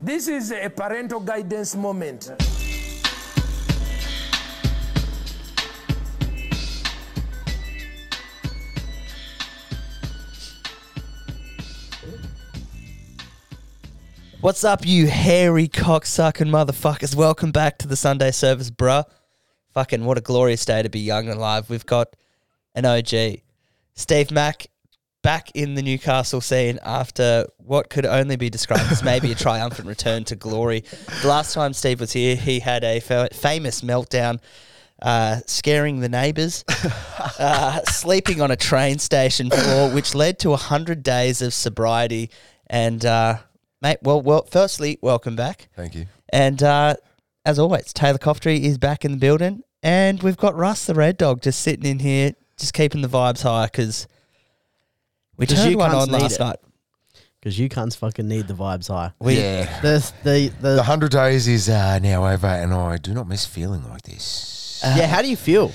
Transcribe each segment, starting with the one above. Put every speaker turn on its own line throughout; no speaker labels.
This is a parental guidance moment.
What's up, you hairy cocksucking motherfuckers? Welcome back to the Sunday service, bruh. Fucking what a glorious day to be young and alive. We've got an OG, Steve Mack, back in the Newcastle scene after what could only be described as maybe a triumphant return to glory. The last time Steve was here, he had a fa- famous meltdown, uh, scaring the neighbours, uh, sleeping on a train station floor, which led to 100 days of sobriety. And, uh, mate, well, well, firstly, welcome back.
Thank you.
And uh, as always, Taylor Coftry is back in the building, and we've got Russ the Red Dog just sitting in here, just keeping the vibes high because we
Because
turned
you
one
cunts
on
need
last
it.
night.
Because you cunts fucking need the vibes high.
We,
yeah.
The, the, the,
The 100 days is uh, now over, and I do not miss feeling like this.
yeah, how do you feel?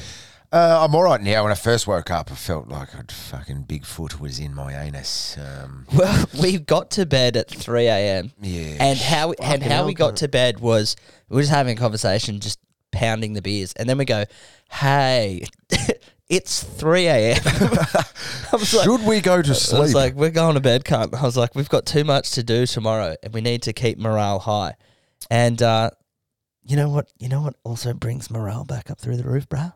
Uh, I'm all right now. When I first woke up, I felt like I'd fucking Bigfoot was in my anus. Um,
Well, we got to bed at three a.m.
Yeah.
and how and how we got to bed was we were just having a conversation, just pounding the beers, and then we go, "Hey, it's three a.m." I was like,
should we go to
I was
sleep?
like, "We're going to bed, cunt." I was like, "We've got too much to do tomorrow, and we need to keep morale high." And uh, you know what? You know what also brings morale back up through the roof, bruh?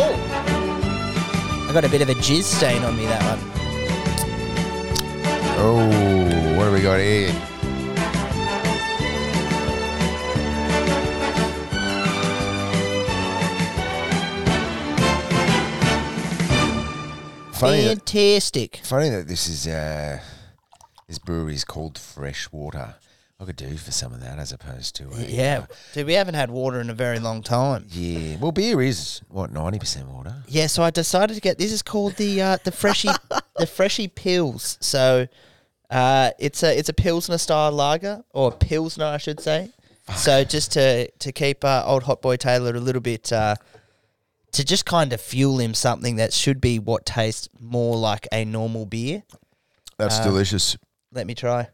Oh, I got a bit of a jizz stain on me that one.
oh, what do we got here? Funny that-
Fantastic.
Funny that this is uh, this brewery is called Fresh Water. I could do for some of that as opposed to a,
Yeah, dude, we haven't had water in a very long time.
yeah. Well, beer is what ninety percent water.
Yeah, so I decided to get this is called the uh, the freshy the freshy pills. So uh, it's a it's a pilsner style lager or pilsner I should say. So just to to keep uh, old hot boy Taylor a little bit uh, to just kind of fuel him something that should be what tastes more like a normal beer. Uh,
That's delicious.
Let me try.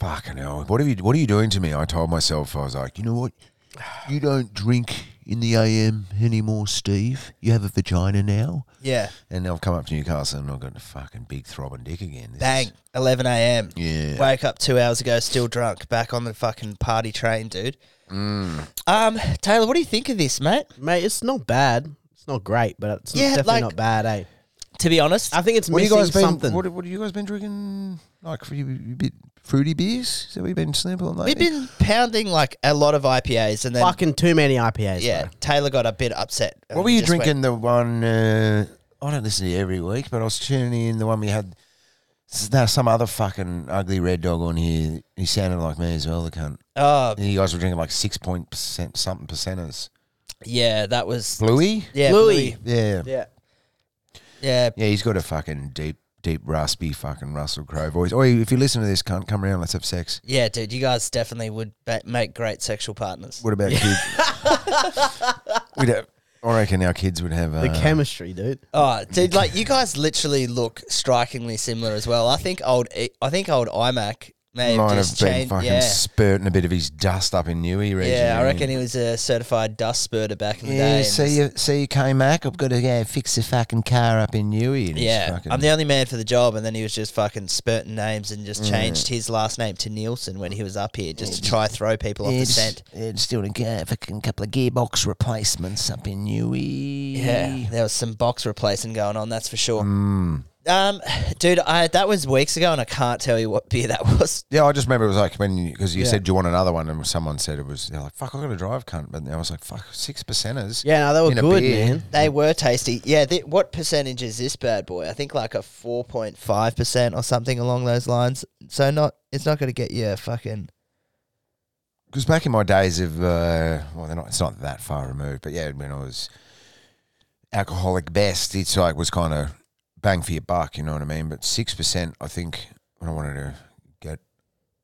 Fucking hell! What are you What are you doing to me? I told myself I was like, you know what? You don't drink in the AM anymore, Steve. You have a vagina now.
Yeah,
And I've come up to Newcastle and I've got a fucking big throbbing dick again. This is-
bang, eleven a.m.
Yeah.
Wake up two hours ago, still drunk, back on the fucking party train, dude. Um, Taylor, what do you think of this, mate?
Mate, it's not bad. It's not great, but it's
Yeah,
definitely
like-
not bad, eh?
To be honest,
I think it's
What have
missing
you guys been?
something.
What, what have you guys been drinking? Like you, you bit fruity beers? Is that what you've been sampling lately?
We've been pounding like a lot of IPAs, and then
fucking too many IPAs.
yeah,
bro.
Taylor got a bit upset. and
What were
we
you
just went-
drinking? The one uh, I don't listen to you every week, but I was tuning in the one we had. s- Now some other fucking ugly red dog on here. He sounded like me as well. The cunt.
Oh
And you guys were drinking like six point percent something percenters.
yeah, that was
Bluey.
yeah,
Bluey.
Bluey.
Yeah.
Yeah.
Yeah,
Yeah. He's got a fucking deep, deep raspy fucking Russell Crowe voice. Or if you listen to this cunt, come around. Let's have sex.
yeah, dude, you guys definitely would ba- make great sexual partners.
What about kids? We'd have, I reckon our kids would have. Uh,
The chemistry, dude.
Oh, dude, like you guys literally look strikingly similar as well. I think old, I I think old iMac may have
might have
just
been
changed.
fucking
yeah.
spurting a bit of his dust up in Newey region.
Yeah, I
eh?
reckon he was a certified dust spurter back in the day.
Yeah,
and just-
see you, see you, K Mac. I've got to go fix the fucking car up in Newey. And it's
Yeah,
fucking-
I'm the only man for the job, and then he was just fucking spurting names and just changed his last name to Nielsen when he was up here, just to try throw people off
yeah,
the
just-
scent.
yeah, just doing a ge- fucking couple of gearbox replacements up in Newey.
Yeah, there was some box replacing going on, that's for sure. Um, dude, I that was weeks ago, and I can't tell you what beer that was.
Yeah, I just remember it was like when because you, said, "Do you want another one?" and someone said it was. They're like, "Fuck, I got to drive, cunt." But I was like, "Fuck, six percenters."
Yeah, no, they were
in a
good,
beer.
man.
They were tasty. Yeah, th- what percentage is this bad boy? I think like a four point five percent or something along those lines. So not, it's not going to get you a fucking.
Because back in my days of uh, well, they're not. It's not that far removed, but yeah, when I was alcoholic best, it's like was kind of bang for your buck. You know what I mean? But six percent, I think, when I wanted to get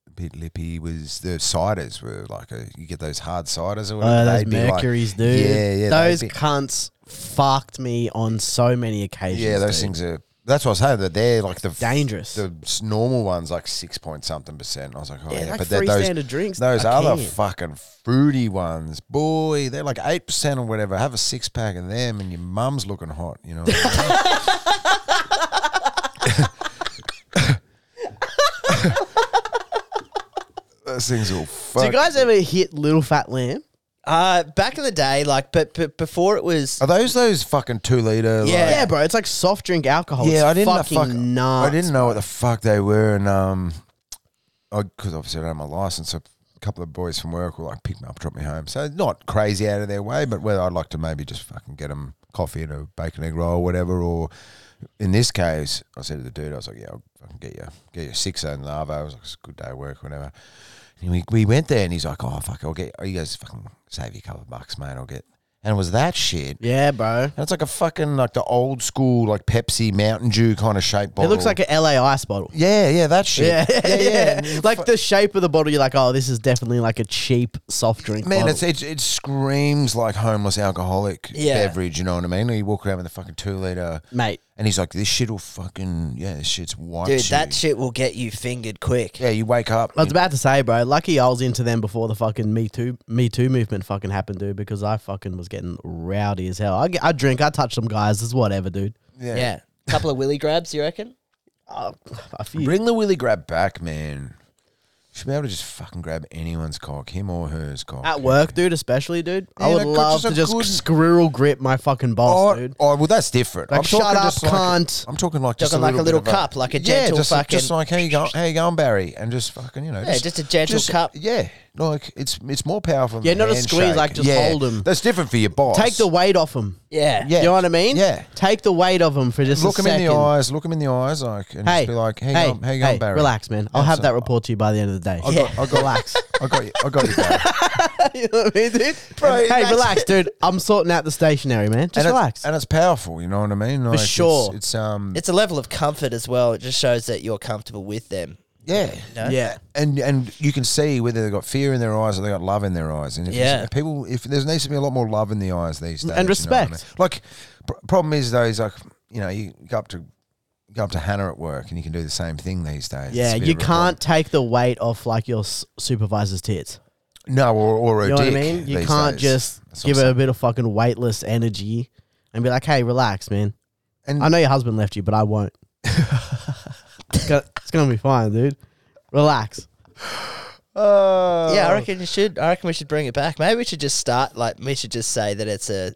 a bit lippy, was the ciders were like a, you get those hard ciders or whatever.
Oh, those
they'd be like-
Mercury's, dude.
Yeah, yeah, they'd
Those
be-
cunts fucked me on so many occasions.
yeah, those
dude.
things are That's what I was saying. That they're like the f-
Dangerous.
The s- normal ones like six point something percent. I was like, oh
Yeah,
yeah,
like
but they're
free
those
standard drinks,
Those
I
other
can't.
fucking fruity ones, boy, they're like eight percent or whatever. Have a six pack of them, and your mum's looking hot. You know. What I mean? Those things all
Do you
fuck.
guys ever hit Little Fat Lamb?
Uh, back in the day, like, but, but before it was,
Are those those fucking two liter?
Yeah.
Yeah, bro. It's like soft drink alcohol.
yeah,
It's
I didn't know-
fucking
fuck,
nuts.
I didn't know what the fuck they were, and um, because obviously I don't have my license. So a couple of boys from work will like pick me up, drop me home. So not crazy out of their way, but whether I'd like to maybe just fucking get them coffee and a bacon egg roll, or whatever. Or in this case, I said to the dude, I was like, "Yeah, I'll fucking get you, get you a six and lava." I was like, "It's a good day of work, whatever." And we, we went there, and he's like, "Oh fuck, I'll get." He goes, "Fucking save you a couple of bucks, mate. I'll get." And it was that shit.
Yeah, bro.
And it's like a fucking like the old school like Pepsi Mountain Dew kind of shape
It
bottle.
looks like an LA ice bottle.
yeah, yeah, that shit.
Yeah, yeah,
And
Like
fu-
the shape of the bottle, you're like, oh, this is definitely like a cheap soft drink.
man,
bottle.
it's, it's it screams like homeless alcoholic
Yeah.
beverage. You know what I mean? You walk around with a fucking two liter,
mate.
and he's like, "This shit will fucking yeah, this shit's white."
dude, that shit will get you fingered quick.
yeah, you wake up.
I was about to say, bro. Lucky I was into them before the fucking Me Too Me Too movement fucking happened, dude. Because I fucking was getting rowdy as hell. I, get- I drink, I touch some guys. It's whatever, dude.
yeah.
Yeah. Couple of willy grabs, you reckon?
Oh, a few.
bring the willy grab back, man. Should be able to just fucking grab anyone's cock, him or hers cock.
At work, dude, especially, dude. I
Yeah,
would
that could-
love
just a
to just
good-
squirrel grip my fucking boss,
Oh,
dude.
oh, well, that's different.
Like,
I'm talking
shut up,
just like a-
cunt.
I'm talking like just
Talking
a
like
little
a little
bit of
cup, like a
yeah,
gentle
just, Just
fucking-
like how you going, how you going, Barry, and just fucking you know.
Yeah, just a gentle cup.
Yeah, like it's it's more powerful. than
Yeah, not a
handshake.
squeeze, like, just
yeah,
hold 'em.
That's different for your boss.
Take the weight off him.
Yeah.
Yeah.
You know what I mean?
Yeah.
Take the weight of him for just
look
a
him in
second.
the eyes, look him in the eyes, like and just be like, hey, how you going, how you going, Barry?
Relax, man. I'll
Yeah,
have
so-
that report to you by the end of the day.
I got, I got, relax. I got you. I got you. Barry.
you know what I mean, dude?
Bro,
hey,
that's-
relax, dude. I'm sorting out the stationery, man. Just
and
relax.
It's, and it's powerful. You know what I mean? Like, it's-
sure.
It's, um.
It's a level of comfort as well. It just shows that you're comfortable with them.
yeah.
No?
yeah.
and and you can see whether they've got fear in their eyes or they have got love in their eyes. And if
Yeah.
if people, if there needs to be a lot more love in the eyes these days, you
And
know what I
respect.
mean? Like, pr- problem is though, is like you know you go up to go up to Hannah at work and you can do the same thing these days. It's
Yeah,
a bit
you
of a problem.
can't take the weight off like your s- supervisor's tits.
No, or, or a
You know what I
dick
mean? You
these
can't
days.
just
That's what
give
I'm
her a
saying.
bit of fucking weightless energy and be like, "Hey, relax, man.
And-
I know your husband left you, but I won't. it's, gonna, it's gonna be fine, dude. Relax.
uh,
Yeah, I reckon you should. I reckon we should bring it back. Maybe we should just start. Like, we should just say that it's a.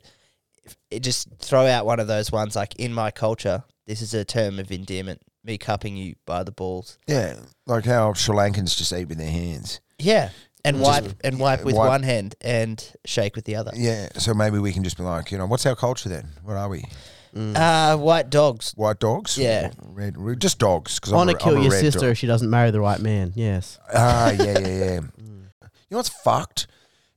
It just throw out one of those ones like in my culture. This is a term of endearment. Me cupping you by the balls.
yeah, like how Sri Lankans just eat with their hands.
Yeah, and wipe and wipe with
wipe-
one hand and shake with the other.
Yeah, so maybe we can just be like, you know, what's our culture then? What are we?
Uh, white dogs.
White dogs?
Yeah.
red, red just dogs. Because
Want
I'm
to
a-
kill
I'm a
your
red
sister
dog.
if she doesn't marry the right man? Yes.
Ah, yeah, yeah, yeah. you
Mm.
know what's fucked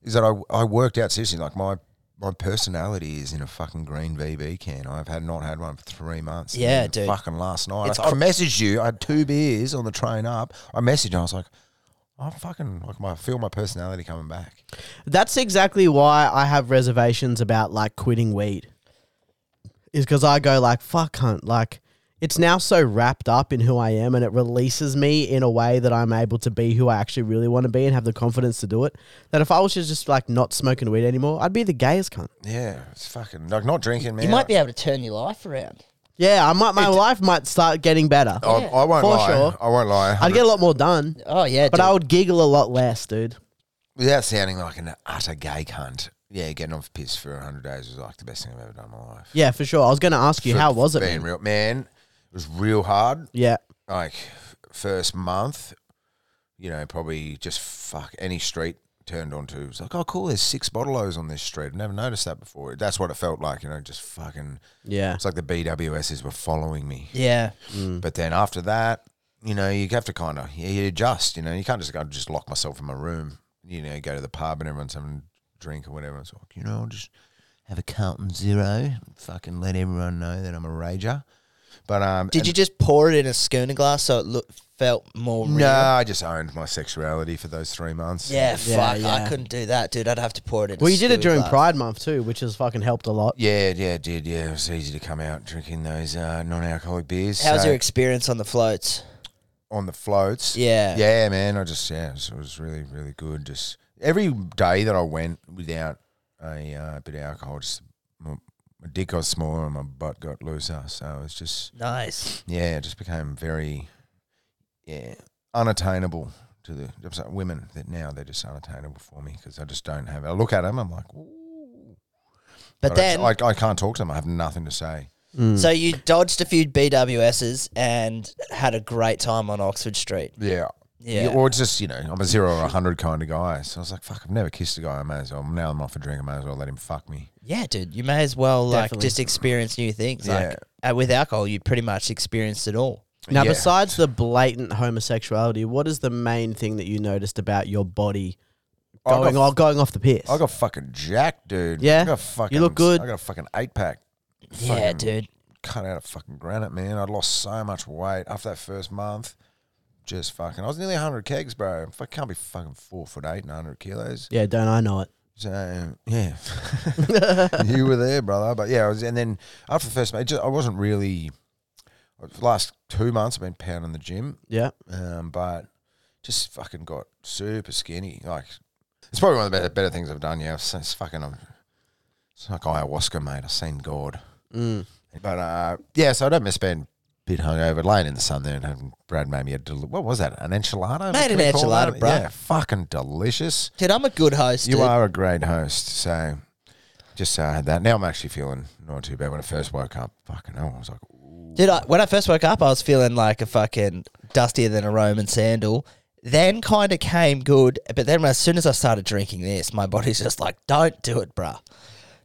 is that I, I worked out seriously like my my personality is in a fucking green VB can. I've had not had one for three months. and
Yeah,
then
dude.
Fucking last night,
It's
I, I messaged you. I had two beers on the train up. I messaged and I was like, I'm fucking like my I feel my personality coming back.
That's exactly why I have reservations about like quitting weed. Is because I go like fuck hunt like it's now so wrapped up in who I am and it releases me in a way that I'm able to be who I actually really want to be and have the confidence to do it. That if I was just, just like not smoking weed anymore, I'd be the gayest cunt.
Yeah, it's fucking like not drinking, man.
You might be able to turn your life around.
Yeah, I might my life might start getting better.
I, I won't
for
lie.
sure.
I won't lie.
I'd get a lot more done,
Oh yeah,
but
dude.
I would giggle a lot less, dude.
without sounding like an utter gay cunt. Yeah, getting off piss for hundred days was like the best thing I've ever done in my life.
Yeah, for sure. I was going to ask you
For
how was it?
Being
man?
real, man, it was real hard.
Yeah.
like f- first month, you know, probably just fuck any street turned onto. It's like, oh, cool, there's six bottle-os on this street. I've never noticed that before. That's what it felt like, you know, just fucking.
Yeah.
It's like the BWSs were following me.
yeah,
But then after that, you know, you have to kind of you, you adjust. You know, you can't just go just lock myself in my room. You know, go to the pub and everyone's having a drink or whatever. It's like, you know, I'll just have a Carlton Zero, and fucking let everyone know that I'm a rager. But um,
Did
and-
you just pour it in a schooner glass so it look, felt more real.
No, I just owned my sexuality for those three months.
Yeah,
Yeah,
fuck. I
yeah.
couldn't do that, dude. I'd have to pour it in. a
Well, you did it
stew
during
glass.
Pride Month too, which has fucking helped a lot.
Yeah, yeah, it did. Yeah, it was easy to come out drinking those uh, non-alcoholic beers.
How's
So,
your experience on the floats?
on the floats?
Yeah.
yeah, man. I just yeah, so it was really, really good. Just every day that I went without a uh, bit of alcohol, just my, my dick got smaller and my butt got looser. So it was just
Nice.
yeah, it just became very yeah unattainable to the I'm sorry, women that now they're just unattainable for me because I just don't have. I look at them, I'm like, ooh.
But
I
then,
don't- I, I can't talk to them. I have nothing to say.
Mm.
so you dodged a few BWSs and had a great time on Oxford Street.
Yeah.
Yeah.
Or it's just, you know, I'm a zero or a hundred kind of guy. So I was like, fuck, I've never kissed a guy. I may as well. Now I'm off a drink. I may as well let him fuck me.
Yeah, dude. You may as well like
Definitely.
just experience new things.
Yeah.
Like uh, with alcohol, you pretty much experienced it all.
Now,
Yeah.
besides the blatant homosexuality, what is the main thing that you noticed about your body
I got
going,
f-
oh, going off the piss?
I got fucking jacked, dude.
Yeah?
I got fucking,
You look good.
I got a fucking eight pack.
yeah,
Fucking
dude.
Cut out a fucking granite, man. I'd lost so much weight after that first month. Just fucking, I was nearly 100 kegs, bro. I can't be fucking four foot eight and 100 kilos.
yeah, don't I know it?
So yeah, you were there, brother. But yeah, I was, and then after the first, it just, I wasn't really. for the Last two months, I've been pounding the gym,
Yeah.
um, but just fucking got super skinny. Like it's probably one of the better, better things I've done. Yeah, it's, it's fucking. I'm, it's like ayahuasca, mate. I've seen God.
Mm.
But uh, yeah, so I don't miss being a bit hungover, laying in the sun there, and having Brad made me a del- what was that? An enchilada?
Made
Can
an
we call
enchilada,
that?
bro.
Yeah, fucking delicious.
Dude, I'm a good host.
You
dude.
are a great host. So just uh, had that. Now I'm actually feeling not too bad. When I first woke up, fucking hell, I was like, ooh.
Dude, I, when I first woke up, I was feeling like a fucking dustier than a Roman sandal. Then kind of came good, but then as soon as I started drinking this, my body's just like, "Don't do it, bruh."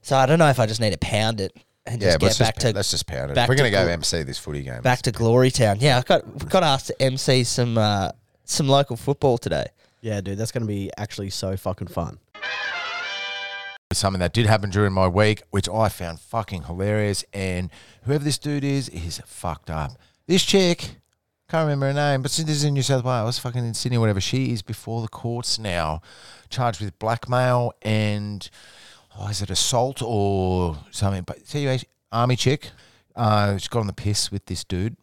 So I don't know if I just need to pound it and
yeah,
just
but
get
let's just,
back
pound,
to
let's just pound it.
back
We're going
to
to go
gl-
MC this footy game.
back to Glory Town. Yeah, I got got asked to MC some uh, some local football today.
Yeah, dude, that's going to be actually so fucking fun.
Something that did happen during my week, which I found fucking hilarious. And whoever this dude is, is fucked up. This chick, can't remember her name, but this is in New South Wales, fucking in Sydney, whatever. She is before the courts now, charged with blackmail and oh, is it assault or something? But see, you army chick, uh, she got on the piss with this dude,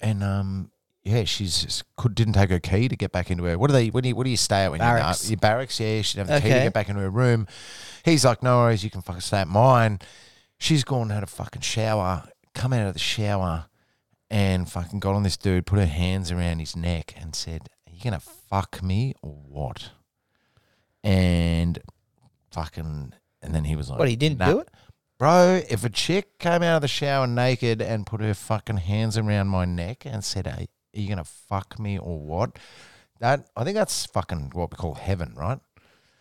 and um, yeah, she's just could didn't take her key to get back into her. What do they? When do you, what do you stay at when you're in
Barracks.
the, your barracks? Yeah, she didn't have the key
Okay.
to get back into her room. He's like, no worries, you can fucking stay at mine. She's gone and had a fucking shower, come out of the shower, and fucking got on this dude, put her hands around his neck, and said, "Are you gonna fuck me or what?" And fucking, and then he was like,
What he didn't
"Nah."
do it?
Bro, if a chick came out of the shower naked and put her fucking hands around my neck and said, "Hey, are you gonna fuck me or what?" That I think that's fucking what we call heaven, right?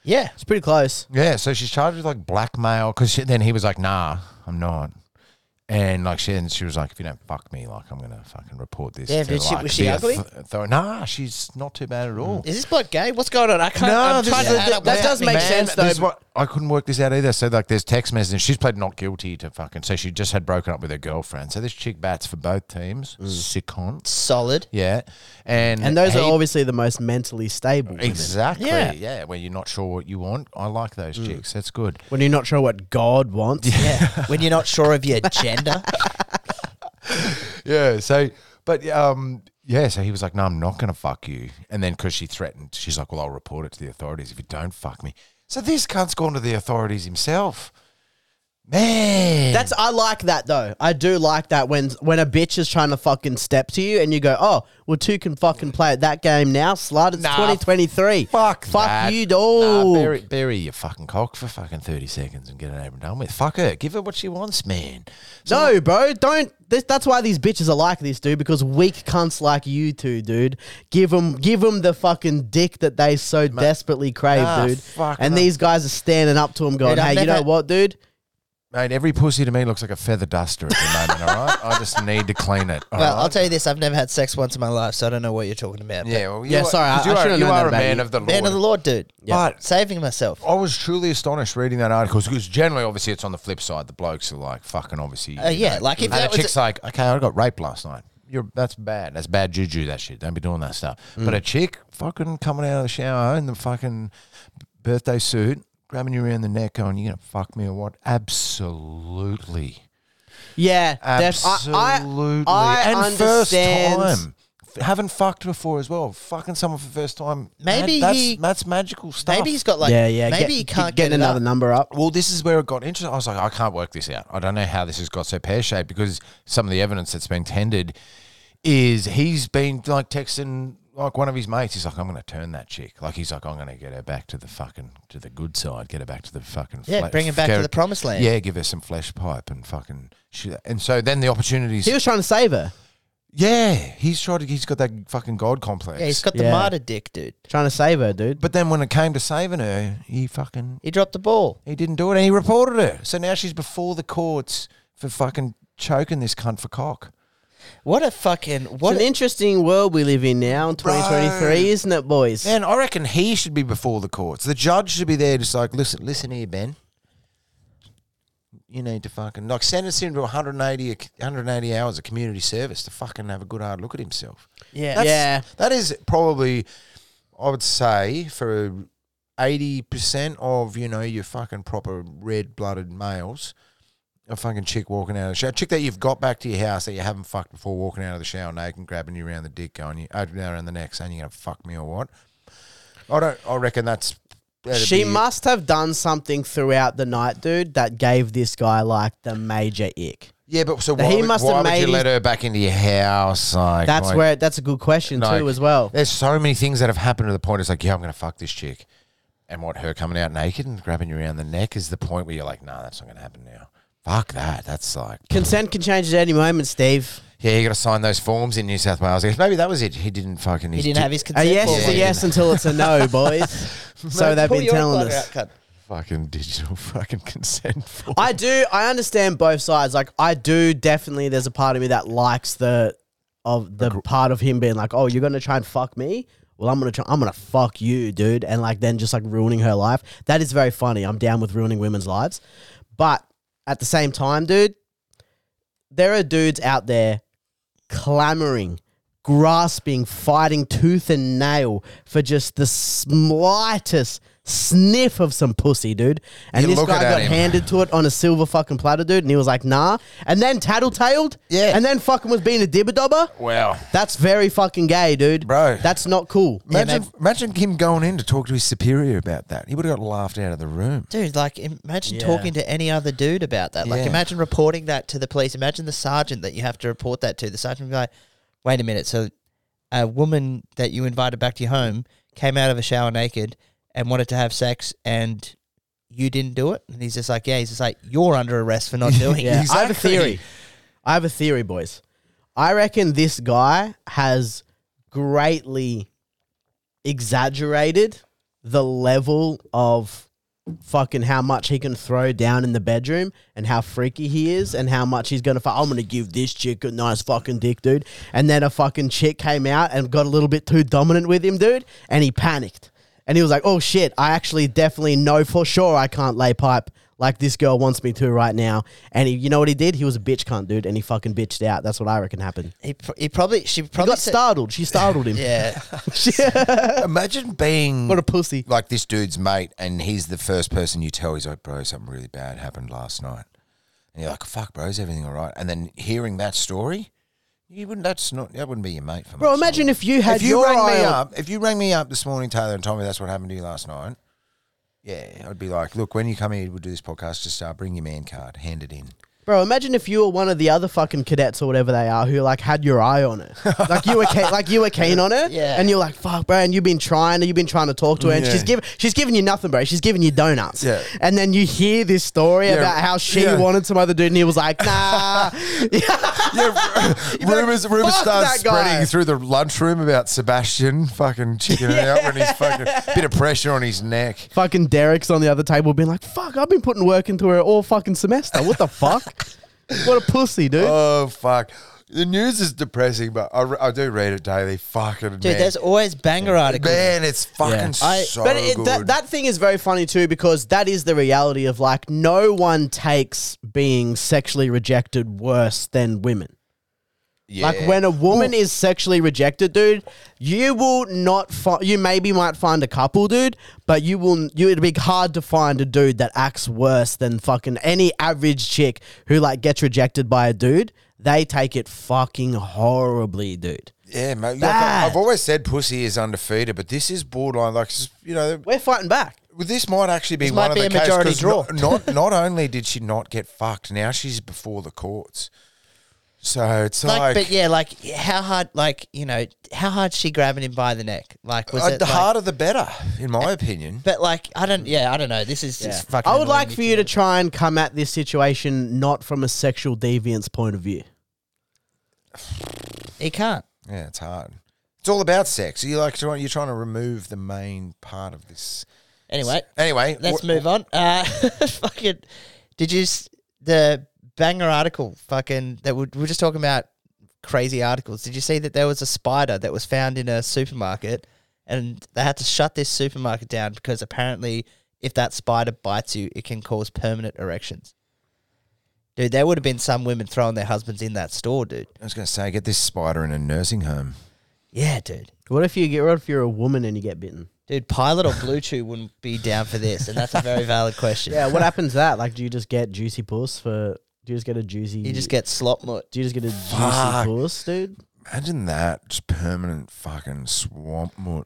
Yeah,
It's pretty close.
Yeah, so she's charged with like blackmail because then he was like, "Nah, I'm not," and like she and she was like, "If you don't fuck me, like I'm gonna fucking report this."
Damn,
to,
did she-
like,
was she
the
ugly? Mm.
auth- author- nah, she's not too bad at all.
is this bloke gay? What's going on? I can't. I'm trying to add up
that
what's
does make
happening.
sense,
this is
though.
what- I couldn't work this out either. So like, there's text messages. She's played not guilty to fucking. So she just had broken up with her girlfriend. So this chick bats for both teams.
Mm.
Sick on.
Solid.
Yeah, and
And those
he-
are obviously the most mentally stable women.
exactly
Yeah. Mm.
yeah. yeah when you're not sure what you want. I like those chicks. That's good.
When you're not sure what God wants.
Yeah, when you're not sure of your gender.
yeah. So, but um, yeah. So he was like, "No, I'm not gonna fuck you." And then because she threatened, she's like, "Well, I'll report it to the authorities if you don't fuck me." So this cunt's gone to the authorities himself. Man,
That's I like that though. I do like that when when a bitch is trying to fucking step to you and you go, oh, well, two can fucking play at that game now, slut. It's
Nah,
twenty twenty three.
fuck,
fuck
that.
you,
Nah,
dog.
bury, bury your fucking cock for fucking thirty seconds and get it over and done with. Fuck her. Give her what she wants, man.
no, bro, don't. This, that's why these bitches are like this, dude. Because weak cunts like you two, dude, give them give 'em the fucking dick that they so desperately crave,
nah,
dude.
fuck
and
no.
these guys are standing up to them, going,
Dude, I've
hey, you know
never-
what, dude?
Mate, every pussy to me looks like a feather duster at the moment. all right, I just need to clean it. all
Uh,
Well, I'll
right?
tell you this: I've never had sex once in my life, so I don't know what you're talking about.
yeah, well, you
Yeah,
are-
sorry, I-
'cause
I
you are,
should've
you
known that
are a
about
man
you.
of the Lord.
man of the Lord, dude.
But-
saving
Oh,
myself.
I was truly astonished reading that article because generally, obviously, it's on the flip side. The blokes are like fucking, obviously.
Uh,
you
yeah,
know.
like, if
and
that was
the chick's like, okay, I got raped last night. you're that's bad. That's bad juju. That shit. Don't be doing that stuff.
Mm.
But a chick fucking coming out of the shower in the fucking birthday suit, grabbing you around the neck, going, "You gonna fuck me or what?" Absolutely,
Yeah, def-
absolutely.
I, I, I
and
understand.
first time. F- Haven't fucked before as well. Fucking someone for the first time.
Maybe
that, that's,
he-
that's magical stuff.
Maybe he's got like.
yeah, yeah.
Maybe
get-
he can't
get
get, it
another
up.
number up.
Well, this is where it got interesting. I was like, I can't work this out. I don't know how this has got so pear shaped because some of the evidence that's been tendered is he's been like texting like one of his mates. He's like, I'm going to turn that chick. Like he's like, I'm going to get her back to the fucking to the good side. Get her back to the fucking
Yeah,
fle-
bring her back
fer-
to the promised land.
Yeah, give her some flesh pipe and fucking shit. And so then the opportunities.
He was trying to save her,
yeah, he's tried to. He's got that fucking god complex.
Yeah, he's got the
Yeah.
martyr dick, dude.
trying to save her, dude.
but then when it came to saving her, he fucking
He dropped the ball.
He didn't do it, and he reported her. So now she's before the courts for fucking choking this cunt for cock.
What a fucking what
It's
a-
an interesting world we live in now in 2023, isn't it, boys?
Man, I reckon he should be before the courts. The judge should be there, just like listen, listen here, Ben. You need to fucking like sentence him to 180, ac- 180 hours of community service to fucking have a good hard look at himself.
yeah.
That's,
Yeah.
that is probably, I would say, for eighty percent of you know your fucking proper red blooded males, a fucking chick walking out of the shower, chick that you've got back to your house that you haven't fucked before, walking out of the shower naked, and grabbing you around the dick, going you uh, around the neck, saying you're gonna fuck me or what? I don't. I reckon that's. that'd
She
be-
must have done something throughout the night, dude, that gave this guy like the major ick.
Yeah, but so why,
he
would,
must
why
have
would
made
you let
his-
her back into your house? Like,
That's
like,
where that's a good question
like,
too, as well.
There's so many things that have happened to the point. It's like, yeah, I'm gonna fuck this chick, and what her coming out naked and grabbing you around the neck is the point where you're like, nah, that's not gonna happen now. Fuck that. That's like,
Consent can change at any moment, Steve.
yeah, you got to sign those forms in New South Wales. I guess maybe that was it. He didn't fucking.
he didn't have his
A
consent.
Uh, yes
form.
is a
Yeah.
yes until it's a no, boys. so they've
Pull
been
your
telling
plug
us.
out, cunt.
fucking digital fucking consent form.
I do. I understand both sides. Like I do definitely. There's a part of me that likes the of the part of him being like, "Oh, you're gonna try and fuck me." Well, I'm gonna try. I'm gonna fuck you, dude, and like then just like ruining her life. That is very funny. I'm down with ruining women's lives, but at the same time, dude, there are dudes out there clamoring, grasping, fighting tooth and nail for just the slightest sniff of some pussy, dude. And
You
this
look
guy
at
got
him.
handed to it on a silver fucking platter, dude, and he was like, nah. And then tattletaled.
Yeah.
And then fucking was being a dibba-dobber.
Wow.
That's very fucking gay, dude.
Bro.
That's not cool.
Imagine, imagine him going in to talk to his superior about that. He would have got laughed out of the room.
Dude, like imagine
Yeah.
talking to any other dude about that. Like
Yeah.
imagine reporting that to the police. Imagine the sergeant that you have to report that to. The sergeant would be like, wait a minute, so a woman that you invited back to your home came out of a shower naked and wanted to have sex and you didn't do it? And he's just like, Yeah, he's just like, You're under arrest for not doing
Yeah,
it.
I have a
Exactly.
theory. I have a theory, boys. I reckon this guy has greatly exaggerated the level of fucking how much he can throw down in the bedroom and how freaky he is and how much he's gonna fuck. I'm gonna give this chick a nice fucking dick, dude. And then a fucking chick came out and got a little bit too dominant with him, dude, and he panicked. And he was like, oh shit, I actually definitely know for sure I can't lay pipe like this girl wants me to right now. And he, you know what he did? He was a bitch cunt, dude, and he fucking bitched out. That's what I reckon happened.
He, pr- he probably she
He
probably
got
said-
startled. She startled him.
Yeah.
Imagine being
What a pussy.
like this dude's mate, and he's the first person you tell. He's like, bro, something really bad happened last night. And you're like, fuck, bro, is everything all right? And then hearing that story, you wouldn't. That's not. That wouldn't be your mate for.
Bro,
much
imagine
longer.
if you had
if you
your
rang
eye
me
on-
up, if you rang me up this morning, Taylor, and told me that's what happened to you last night. Yeah, I'd be like, look, when you come here, we'll do this podcast. Just uh, bring your man card, hand it in.
Bro, imagine if you were one of the other fucking cadets or whatever they are who like had your eye on her, like you were keen, like you were keen on her,
Yeah.
And you're like, fuck, bro, and you've been trying, and you've been trying to talk to her, and
Yeah.
she's giving, she's giving you nothing, bro. She's giving you donuts,
Yeah.
And then you hear this story
Yeah.
about how she
Yeah.
wanted some other dude, and he was like, nah,
Yeah, rumors rumors
"Fuck
start
that guy."
spreading through the lunchroom about Sebastian fucking chickening out when he's fucking bit of pressure on his neck.
fucking Derek's on the other table, being like, fuck, I've been putting work into her all fucking semester. What the fuck? what a pussy, dude.
Oh fuck! The news is depressing, but I, re- I do read it daily. Fucking
Dude,
man.
there's always banger articles.
man, it's fucking
Yeah. I-
so
but it,
good.
That, that thing is very funny too because that is the reality of like no one takes being sexually rejected worse than women.
Yeah.
Like when a woman is sexually rejected, dude, you will not find. You maybe might find a couple, dude, but you will. You it'd be hard to find a dude that acts worse than fucking any average chick who like gets rejected by a dude. They take it fucking horribly, dude.
Yeah, mate. Look,
Bad.
I- I've always said pussy is undefeated, but this is borderline. Like, s- you know,
We're fighting back.
well, this might actually be
This
one
might
of
be
the
a
cases
majority
'cause
draw.
Not, not not only did she not get fucked, now she's before the courts. So it's
Like,
like,
but yeah, like how hard, like you know, how hard she grabbing him by the neck? Like was
uh,
it
the
like-
harder the better, in my opinion.
But like, I don't. Yeah, I don't know. This is just fucking.
I would
annoying
like
me
for you to try and come at this situation not from a sexual deviance point of view.
He can't.
Yeah, it's hard. It's all about sex. You like trying- you're trying to remove the main part of this.
Anyway,
uh,
Anyway,
let's
wh-
move on. Uh, fucking. Did you s- the banger article? Fucking that we we were just talking about crazy articles. Did you see that there was a spider that was found in a supermarket, and they had to shut this supermarket down because apparently, if that spider bites you, it can cause permanent erections. Dude, there would have been some women throwing their husbands in that store, dude.
I was going to say, get this spider in a nursing home.
Yeah, dude.
What if you get? What if you're a woman and you get bitten?
Dude, Pilot or Blue Chew wouldn't be down for this, and that's a very valid question.
Yeah, what happens to that? Like, do you just get juicy puss for? Do you just get a juicy?
You just get slop mutt.
Do you just get a juicy
Fuck.
puss, dude?
Imagine that, just permanent fucking swamp mutt.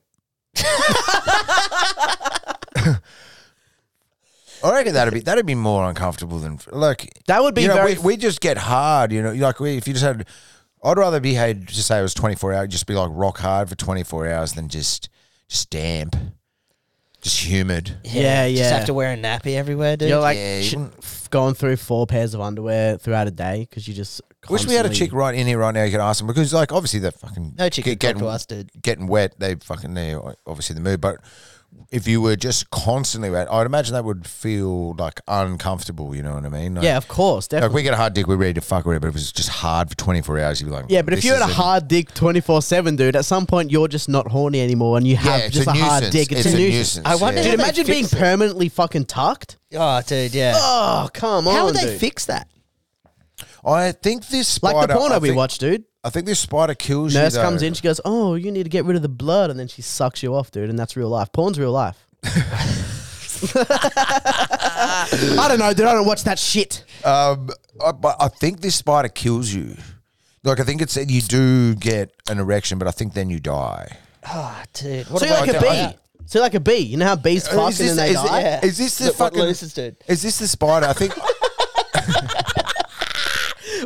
I reckon that'd be that'd be more uncomfortable than like
That would be
you know,
very.
we, we just get hard, you know. Like we, if you just had, I'd rather be had to say it was twenty four hours, just be like rock hard for twenty four hours than just just damp, just humid.
yeah, yeah.
Just have to wear a nappy everywhere, dude.
you're like
Yeah, you
sh-
wouldn't-
f- going through four pairs of underwear throughout a day because you just.
Wish we had a
constantly-
chick right in here right now. You could ask them because like obviously they're fucking
no chick could
get-
talk
getting
to us, dude.
getting wet, they fucking they obviously the mood. But if you were just constantly wet, I'd imagine that would feel like uncomfortable. You know what I mean? Like,
Yeah, of course,
Like
definitely.
we get a hard dick, we're ready to fuck whatever. But if it's just hard for twenty four hours, you'd be like,
yeah, but if
this
you had a
is
hard dick twenty four seven, dude, at some point you're just not horny anymore, and you have
it's
just a,
a
hard
nuisance.
dick. It's,
It's
a
a
nuisance.
nuisance, I wonder yeah.
Dude,
how they
imagine being
fix it.
permanently fucking tucked.
Oh, dude, yeah.
Oh, come on.
How would they
dude.
fix that?
I think this
Like
spider,
the porno
Oh, I
we
think,
watch, dude.
I think this spider kills you.
Nurse
though.
comes in, she goes, "Oh, you need to get rid of the blood," and then she sucks you off, dude. And that's real life. Porn's real life. I don't know, dude. I don't watch that shit.
Um, I, but I think this spider kills you. Like I think it's that you do get an erection, but I think then you die.
Oh, dude. What
so you're
about
like a
that?
bee. So you're like a bee. You know how bees fuck
is
and then
this-
they
is
die.
it- is this the
Look, what
fucking-
losers, dude?
Is this the spider? I think.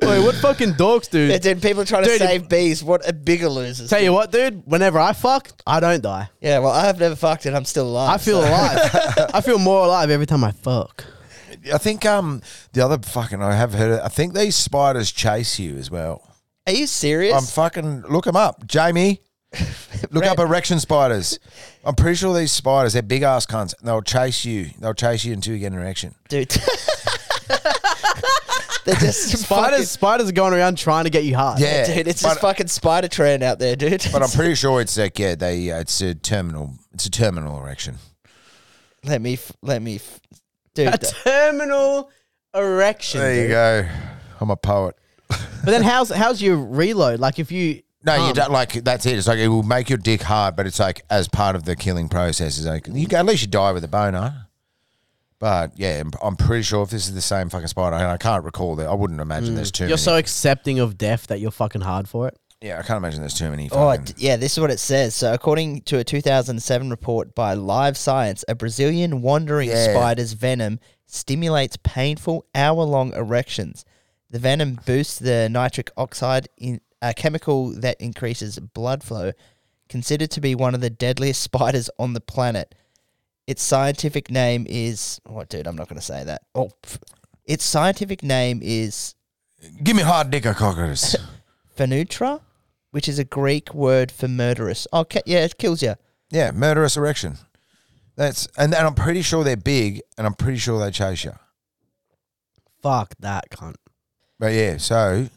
Wait, what fucking dogs,
Yeah,
dude?
dude, people trying to
Dude,
save bees. What a bigger losers.
Tell you what, dude. Whenever I fuck, I don't die.
yeah, well, I've never fucked and I'm still alive.
I feel
so-
alive. I feel more alive every time I fuck.
I think um the other fucking I have heard. Of, I think these spiders chase you as well.
Are you serious?
I'm fucking look them up, Jamie. Look up erection spiders. I'm pretty sure these spiders they're big ass cunts. and They'll chase you. They'll chase you until you get an erection.
dude. They're just
Spiders, spiders are going around trying to get you hard.
Yeah,
fucking- dude, it's
but,
just fucking spider train out there, dude.
but I'm pretty sure it's like yeah, they uh, it's a terminal. It's a terminal erection.
let me, f- let me, f- dude.
A terminal erection.
There you
dude.
go. I'm a poet.
But then how's how's your reload? Like if you
No, you
Um,
don't like that's it. It's like it will make your dick hard, but it's like as part of the killing process. Is like you, at least you die with a boner. But yeah, I'm, I'm pretty sure if this is the same fucking spider, and I can't recall that. I wouldn't imagine there's too
You're
many.
so accepting of death that you're fucking hard for it.
yeah, I can't imagine there's too many.
Oh,
fucking-
d- yeah, this is what it says. So, according to a 2007 report by Live Science, a Brazilian wandering
Yeah.
spider's venom stimulates painful hour long erections. The venom boosts the nitric oxide, in, a chemical that increases blood flow, considered to be one of the deadliest spiders on the planet. Its scientific name is. What, dude? I'm not going to say that. Oh, pff. its scientific name is
give me hard dick, cockers.
Phanutra, which is a Greek word for murderous. Oh, ca- yeah, it kills you.
yeah, murderous erection. That's and, and I'm pretty sure they're big, and I'm pretty sure they chase you.
Fuck that cunt.
But yeah, so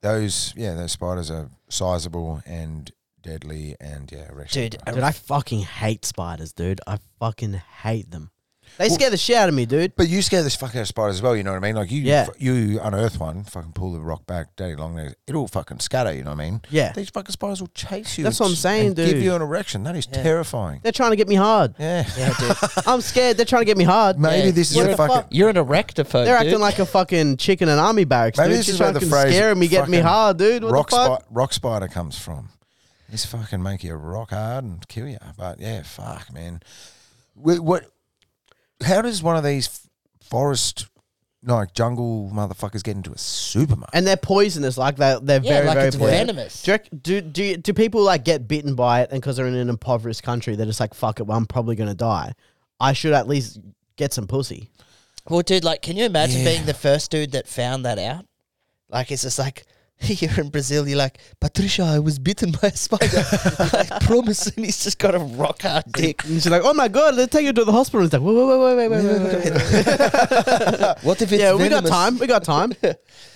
those yeah those spiders are sizable and deadly, and yeah, erection.
Dude,
Dude, I fucking hate spiders, dude. I fucking hate them. They scare the shit out of me, dude.
But you scare this fuck out of spiders as well, you know what I mean? Like you
Yeah.
you unearth one, fucking pull the rock back, daddy long legs, it'll fucking scatter, you know what I mean?
Yeah.
These fucking spiders will chase you.
That's what I'm
and-
saying,
and
dude.
Give you an erection. That is terrifying.
They're trying to get me hard.
Yeah.
Yeah, dude.
I'm scared. They're trying to get me hard.
Maybe
Yeah.
this is
What
a
the
fucking
fuck?
You're an erectophobe.
They're
dude.
acting like a fucking chicken and army barracks,
Maybe
dude.
this
She's
is where the
fucking
phrase
scaring me, getting me
fucking
hard, dude. What
rock
the fuck?
spi- rock spider comes from. This fucking make you rock hard and kill you. But yeah, fuck, man. What? what how does one of these f- forest, like jungle motherfuckers, get into a supermarket?
And they're poisonous. Like they, they're
yeah,
very,
like
very
it's
poisonous.
venomous.
Do, you rec- do, do, you- do people like get bitten by it and because they're in an impoverished country, they're just like, fuck it, well, I'm probably going to die. I should at least get some pussy.
Well, dude, like, can you imagine
Yeah.
being the first dude that found that out? Like, it's just like here in Brazil, you're like, Patricia, I was bitten by a spider. I promise. And he's just got a rock hard dick.
And she's like, oh my God, let's take you to the hospital. And it's like, wait, wait, wait, wait, wait, wait, wait, wait, wait.
What if it's
Yeah, we
venomous?
got time. We got time.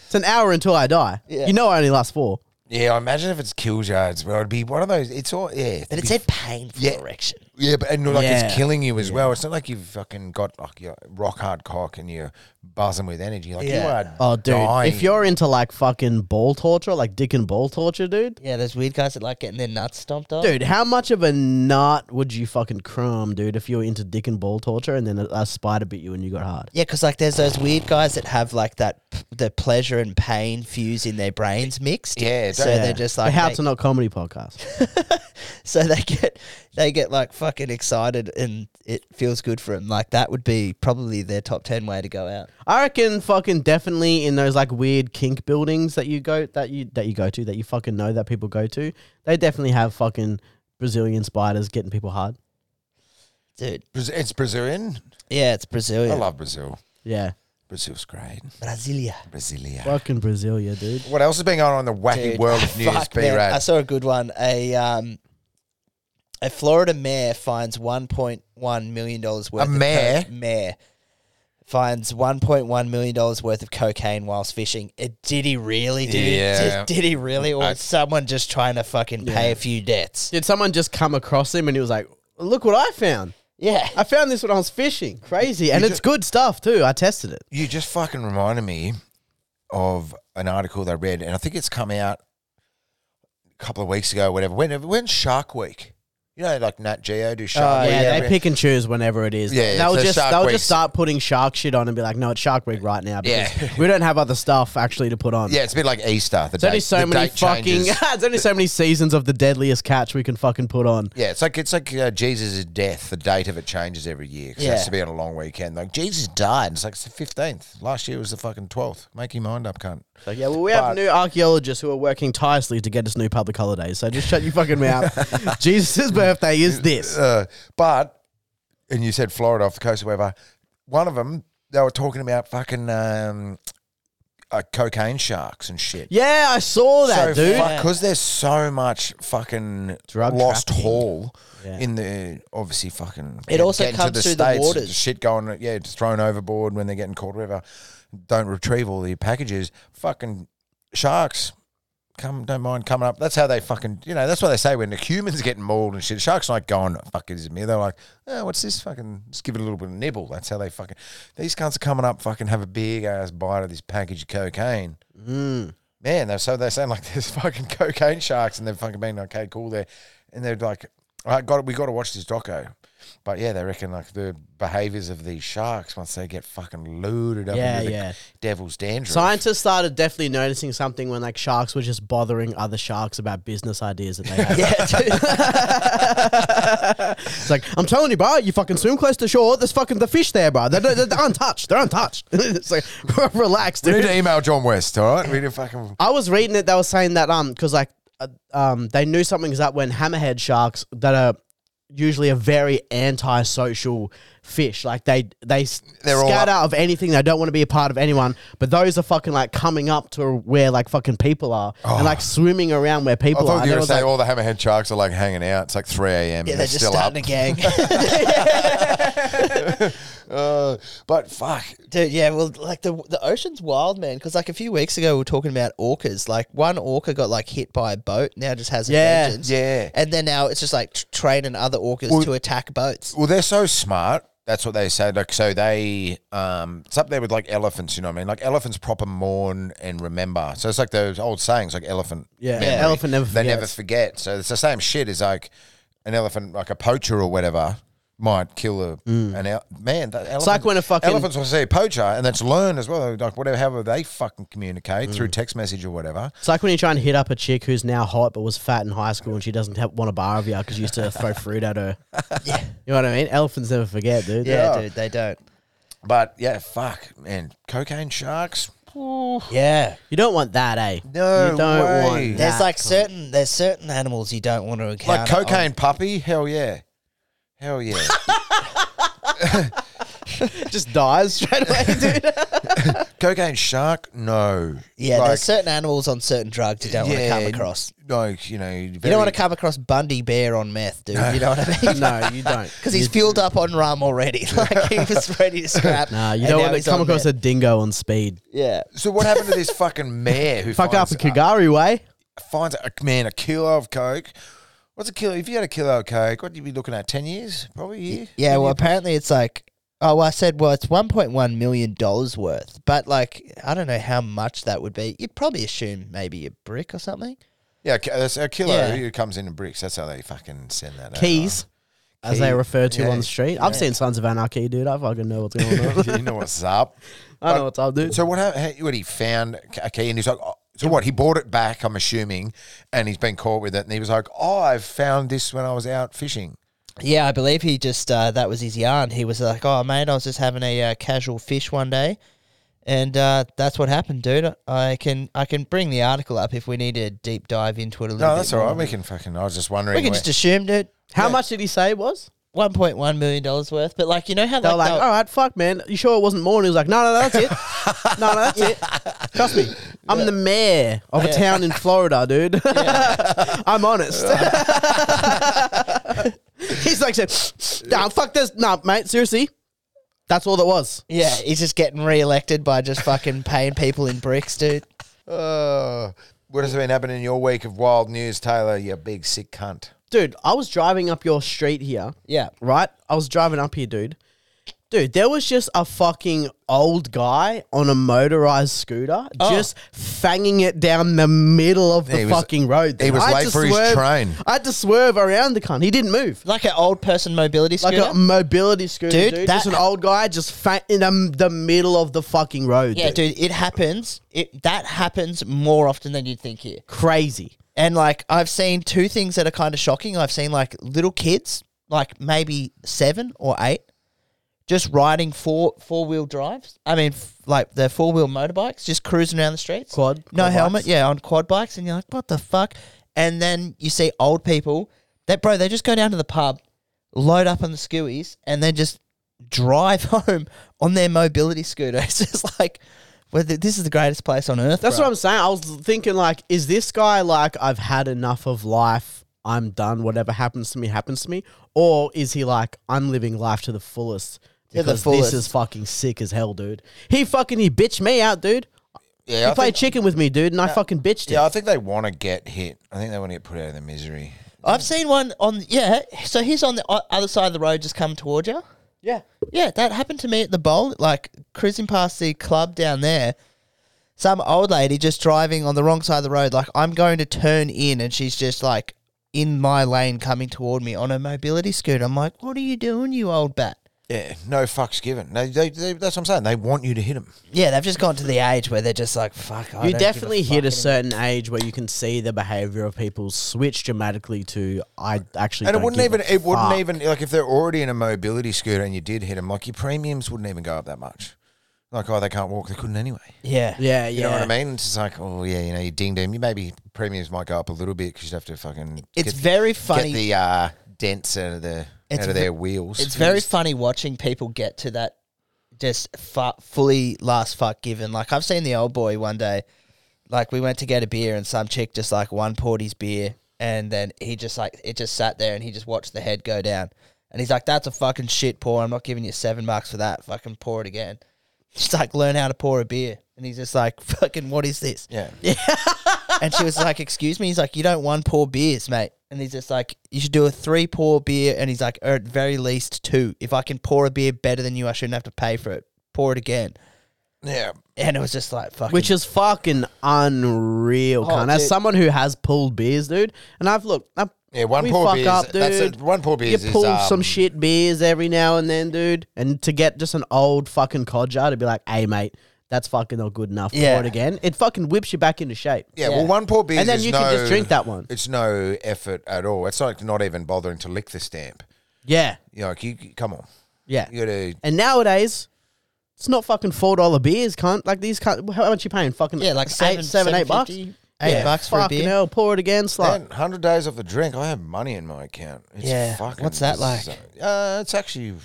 It's an hour until I die.
Yeah.
You know I only last four.
yeah, I imagine if it's kill yards, well, it'd be one of those. It's all yeah,
But
it'd
it
be-
said painful
Yeah.
erection.
yeah, but and like
Yeah.
it's killing you as well. It's not like you've fucking got like your rock hard cock and you're buzzing with energy. Like
Yeah.
you are.
Oh, dude.
dying.
If you're into like fucking ball torture, like dick and ball torture, dude.
Yeah, there's weird guys that like getting their nuts stomped on.
Dude, how much of a nut would you fucking crumb, dude, if you were into dick and ball torture and then a, a spider bit you and you got hard?
Yeah, because like there's those weird guys that have like that p- the pleasure and pain fuse in their brains mixed.
Yeah,
so
don't-
they're just like
The how
they-
to not comedy podcast.
so they get they get like fucking excited and it feels good for them. Like that would be probably their top ten way to go out.
I reckon fucking definitely in those like weird kink buildings that you go that you that you go to that you fucking know that people go to, they definitely have fucking Brazilian spiders getting people hard.
Dude,
Braz- it's Brazilian.
yeah, it's Brazilian.
I love Brazil.
Yeah.
Brazil's great.
Brasilia.
Brasilia.
Fucking Brasilia, dude.
What else has been going on in the wacky
Dude,
world of news,
fuck,
B
man, I
Rad?
saw a good one. A um, a Florida mayor finds one point one million dollars worth. of co-
mayor?
mayor finds one point one million dollars worth of cocaine whilst fishing. It, did he really, dude?
Yeah.
Did, did he really, or was someone just trying to fucking pay a few debts?
Did someone just come across him and he was like, look what I found?
Yeah.
I found this when I was fishing. Crazy. And it's good stuff too. I tested it.
You just fucking reminded me of an article that I read, and I think it's come out a couple of weeks ago, whatever. When when's Shark Week? You know, like Nat Geo do Shark Week.
Uh, Oh, yeah, they
every-
pick and choose whenever it is.
Yeah, yeah,
they'll
so
just
Shark
they'll
Week's-
just start putting shark shit on and be like, no, it's Shark Week right now because we don't have other stuff actually to put on.
yeah, it's a bit like Easter. The
There's only
date- the
so many
date
fucking.
changes.
there's only so many seasons of the deadliest catch we can fucking put on.
Yeah, it's like it's like uh, Jesus' death. The date of it changes every year 'cause it
Yeah.
has to be on a long weekend. Like Jesus died, and it's like it's the fifteenth. Last year was the fucking twelfth. Make your mind up, cunt.
So, yeah, well, we have new archaeologists who are working tirelessly to get us new public holidays. So just shut your fucking mouth. Jesus' birthday is this.
Uh, but, and you said Florida off the coast, or whatever. One of them, they were talking about fucking um, uh, cocaine sharks and shit.
Yeah, I saw that, dude.
because there's so much fucking
Drug
lost
trafficking.
haul
Yeah.
in the obviously fucking.
It also comes through the waters.
Shit going, yeah, just thrown overboard when they're getting caught. Whatever, don't retrieve all the packages. Fucking sharks. Come, don't mind coming up. That's how they fucking, you know, that's what they say when the humans getting mauled and shit. Sharks like going, fuck it, is it me? They're like, oh, what's this fucking, just give it a little bit of nibble. That's how they fucking, these cunts are coming up, fucking have a big ass bite of this package of cocaine.
Mm.
Man, they're so they sound like there's fucking cocaine sharks, and they've fucking been okay, cool there, and they're like, I got we got to watch this doco, but yeah, they reckon like the behaviors of these sharks once they get fucking looted up
Yeah,
into the
yeah.
devil's dandruff.
Scientists started definitely noticing something when like sharks were just bothering other sharks about business ideas that they had.
Yeah, dude.
It's like I'm telling you, bro, you fucking swim close to shore. There's fucking the fish there, bro. They're, they're, they're untouched. They're untouched. it's like relax,
we need
dude.
to email John West, all right? We need to fucking
I was reading it. They were saying that um, because like uh, um, they knew something's up when hammerhead sharks that are usually a very antisocial fish. Like they they s-
They're all
scatter out of anything. They don't want to be a part of anyone. But those are fucking like coming up to where like fucking people are and like swimming around where
Oh. I
people are.
thought
And
you
it
were
was
saying
like,
all the hammerhead sharks are like hanging out. It's like 3 a.m.
yeah,
and
they're
they're
just
still up.
starting a gang.
Uh, but fuck,
Dude, yeah, well, like the the ocean's wild, man. Because like a few weeks ago, we were talking about orcas. Like one orca got like hit by a boat. Now just has
Yeah,
inventions.
yeah.
And then now it's just like t- training other orcas to attack boats.
Well, they're so smart. That's what they say. Like so, they um, it's up there with like elephants. You know what I mean? Like elephants proper mourn and remember. So it's like those old sayings, like elephant.
Yeah,
oh, memory.
elephant never
They never
forgets.
forget. So it's the same shit as like an elephant, like a poacher or whatever. Might kill a an el- man. That it's
like when a fucking-
elephants will see a poacher and that's learn as well. Like whatever, however they fucking communicate through text message or whatever.
It's like when you try and hit up a chick who's now hot but was fat in high school and she doesn't have, want a bar of you because you used to throw fruit at her. Yeah. You know what I mean? Elephants never forget, dude.
Yeah,
Yeah.
dude, they don't.
But yeah, fuck man, cocaine sharks.
Yeah.
You don't want that, eh?
No
You don't
way.
want
There's
that.
like certain there's certain animals you don't want to encounter.
Like cocaine puppy? Hell yeah. Hell yeah.
just dies straight away, dude.
cocaine shark? No.
yeah,
Like,
there's certain animals on certain drugs you don't
yeah,
want to come across.
No, you know, very,
You don't want to come across Bundy Bear on meth, dude. You know what I mean?
no, you don't.
Because he's fueled up on rum already. Like he was ready to scrap.
Nah, you
and
don't
now
want to
he's on
come across
meth.
a dingo on speed.
yeah.
So what happened to this fucking mayor who
Fuck up eh?
finds,
in Kagari way.
finds a man a kilo of coke? What's a kilo? If you had a kilo of coke, what would you be looking at? Ten years, probably. Yeah.
Yeah, well, apparently it's like, oh, well, I said, well, it's $1.1 million worth, but like, I don't know how much that would be. You'd probably assume maybe a brick or something.
Yeah, ki- that's a kilo
Yeah.
who comes in in bricks. That's how they fucking send that. over.
Keys, as they
Key.
refer to
Yeah.
on the street. I've seen Sons of Anarchy, dude. I fucking know what's going on.
you know what's up.
I know what's up, dude.
So what happened? What he found a key, and he's like, oh, so what? He bought it back, I'm assuming, and he's been caught with it. And he was like, oh, I found this when I was out fishing.
Yeah, I believe he just, uh, that was his yarn. He was like, oh, mate, I was just having a uh, casual fish one day. And uh, that's what happened, dude. I can I can bring the article up if we need to deep dive into it a little
No,
bit.
that's all right. We can fucking. I was just wondering.
We can
where-
just assume, dude,
How much did he say it was?
one point one million dollars worth. But like, "Oh, you know how
They were like,
they'll-
all right, fuck, man. You sure it wasn't more? And he was like, no, no, that's it. no, no, that's it. Trust me. I'm the mayor of a town in Florida, dude. I'm honest. He's like, said, nah, fuck this. Nah, mate, seriously. That's all that was.
yeah, he's just getting re-elected by just fucking paying people in bricks, dude.
Oh, what has been happening in your week of wild news, Taylor? You big sick cunt.
Dude, I was driving up your street here.
Yeah.
right? I was driving up here, dude. Dude, there was just a fucking old guy on a motorized scooter just fanging it down the middle of the
Oh. He was-
fucking road.
he
dude.
was
I had
late
to
for his
swerve-
train.
I had to swerve around the cunt. He didn't move.
Like an old person mobility
Like
scooter.
a mobility scooter,
Dude,
dude.
that-
just an old guy just fang in the, the middle of the fucking road.
yeah, dude, it happens. It that happens more often than you'd think here.
Crazy.
And like I've seen two things that are kind of shocking. I've seen like little kids, like maybe 7 or 8, just riding four four-wheel drives. I mean, f- like their four-wheel motorbikes just cruising around the streets.
Quad-
No
quad
helmet,
bikes.
yeah, on quad bikes and you're like, "What the fuck?" And then you see old people that bro, they just go down to the pub, load up on the skewies and then just drive home on their mobility scooter. It's just like well, th- this is the greatest place on earth.
That's
bro.
what I'm saying. I was thinking, like, is this guy like I've had enough of life? I'm done. Whatever happens to me happens to me. Or is he like I'm living life to the fullest?
To the
Because
fullest.
this is fucking sick as hell, dude. He fucking he bitched me out, dude.
Yeah,
He
I
played
think,
chicken with me, dude, and I fucking bitched
yeah,
him.
I think they want to get hit. I think they want to get put out of their misery.
I've seen one on yeah. So he's on the o- other side of the road, just come towards you.
Yeah.
Yeah, that happened to me at the bowl. Like cruising past the club down there, some old lady just driving on the wrong side of the road. Like I'm going to turn in, and she's just like in my lane, coming toward me on a mobility scooter. I'm like, what are you doing, you old bat?
Yeah, no fucks given. They, they, they, that's what I'm saying. They want you to hit them.
Yeah, they've just gone to the age where they're just like, fuck. I don't
You
give a
definitely
fuck
hit a
anymore.
certain age where you can see the behavior of people switch dramatically to I actually.
And it
don't
wouldn't
give
even.
a
It wouldn't
fuck."
even like if they're already in a mobility scooter and you did hit them. Like your premiums wouldn't even go up that much. Like oh, they can't walk. They couldn't anyway.
Yeah,
Yeah, yeah.
You know what I mean? It's just like oh yeah, you know, you dinged them. You maybe premiums might go up a little bit because you have to fucking.
It's
get-
very funny.
Get the uh, dents out of the
It's
out of
ve-
their wheels.
It's very funny watching people get to that just fu- fully last fuck given. Like I've seen the old boy one day, like we went to get a beer and some chick just like one poured his beer and then he just like it just sat there and he just watched the head go down. And he's like, "That's a fucking shit pour. I'm not giving you seven bucks for that. Fucking pour it again." She's like, "Learn how to pour a beer." And he's just like, "Fucking what is this?"
Yeah.
And she was like, "Excuse me." He's like, "You don't one pour beers, mate." and he's just like, you should do a three pour beer, and he's like, or at very least two. If I can pour a beer better than you, I shouldn't have to pay for it. Pour it again,
Yeah.
and it was just like fucking.
Which is fucking unreal,
Oh,
cunt. As
dude.
someone who has pulled beers, dude, and I've looked, i
Yeah, one
we
pour
fuck
beer is-
up, dude.
that's it, one pour beer
You
is,
pull
um,
some shit beers every now and then, dude, and to get just an old fucking codger to be like, "Hey, mate, that's fucking not good enough."
Yeah.
For it again, it fucking whips you back into shape.
Yeah, well, one pour beer
And then
is
you can just
no-
drink that one.
It's no effort at all. It's like not even bothering to lick the stamp.
Yeah,
You know, like you come on,
yeah.
you gotta.
And nowadays, it's not fucking four dollar beers, cunt. Like these, cunt, how much you paying? Fucking
yeah, like
eight,
seven,
seven, eight bucks.
$7.50, Eight
Yeah,
bucks for a
fucking
beer.
hell, pour it again, slut.
Man, hundred days off the drink. I have money in my account. It's
Yeah,
fucking
what's that like?
bizarre. Uh, it's actually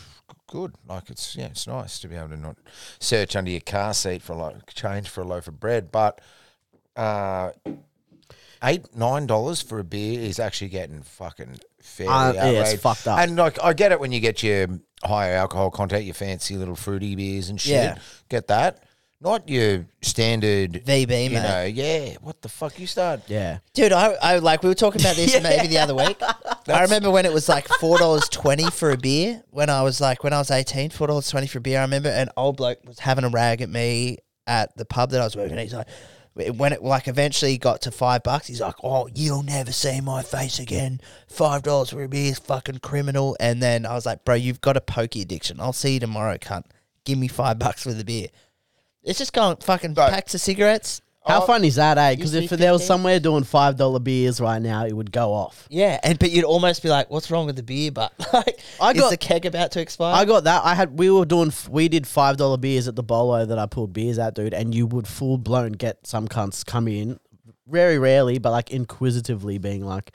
good. Like it's yeah, it's nice to be able to not search under your car seat for like change for a loaf of bread. But uh, eight nine dollars for a beer is actually getting fucking fairly
Uh, yeah, it's
outraged.
fucked up.
And like I get it when you get your higher alcohol content, your fancy little fruity beers and shit.
Yeah.
Get that. Not your standard
VB,
you
mate.
know, yeah. What the fuck? You start
Yeah,
Dude, I, I like we were talking about this maybe the other week. I remember when it was like four dollars twenty for a beer. When I was like when I was eighteen, four dollars twenty for a beer. I remember an old bloke was having a rag at me at the pub that I was working. at. He's like, when it like eventually got to five bucks, he's like, "Oh, you'll never see my face again. Five dollars for a beer is fucking criminal." And then I was like, "Bro, you've got a pokey addiction. I'll see you tomorrow, cunt. Give me five bucks for the beer." It's just going fucking
Bro.
packs of cigarettes.
how fun is that, eh? Because
see
if there was
15?
somewhere doing five dollar beers right now, it would go off.
Yeah, and but you'd almost be like, "What's wrong with the beer?" But like,
I
is
got-
the keg about to expire?
I got that. I had we were doing f- we did five dollar beers at the bolo that I pulled beers at, dude, and you would full blown get some cunts come in, very rarely, but like inquisitively being like,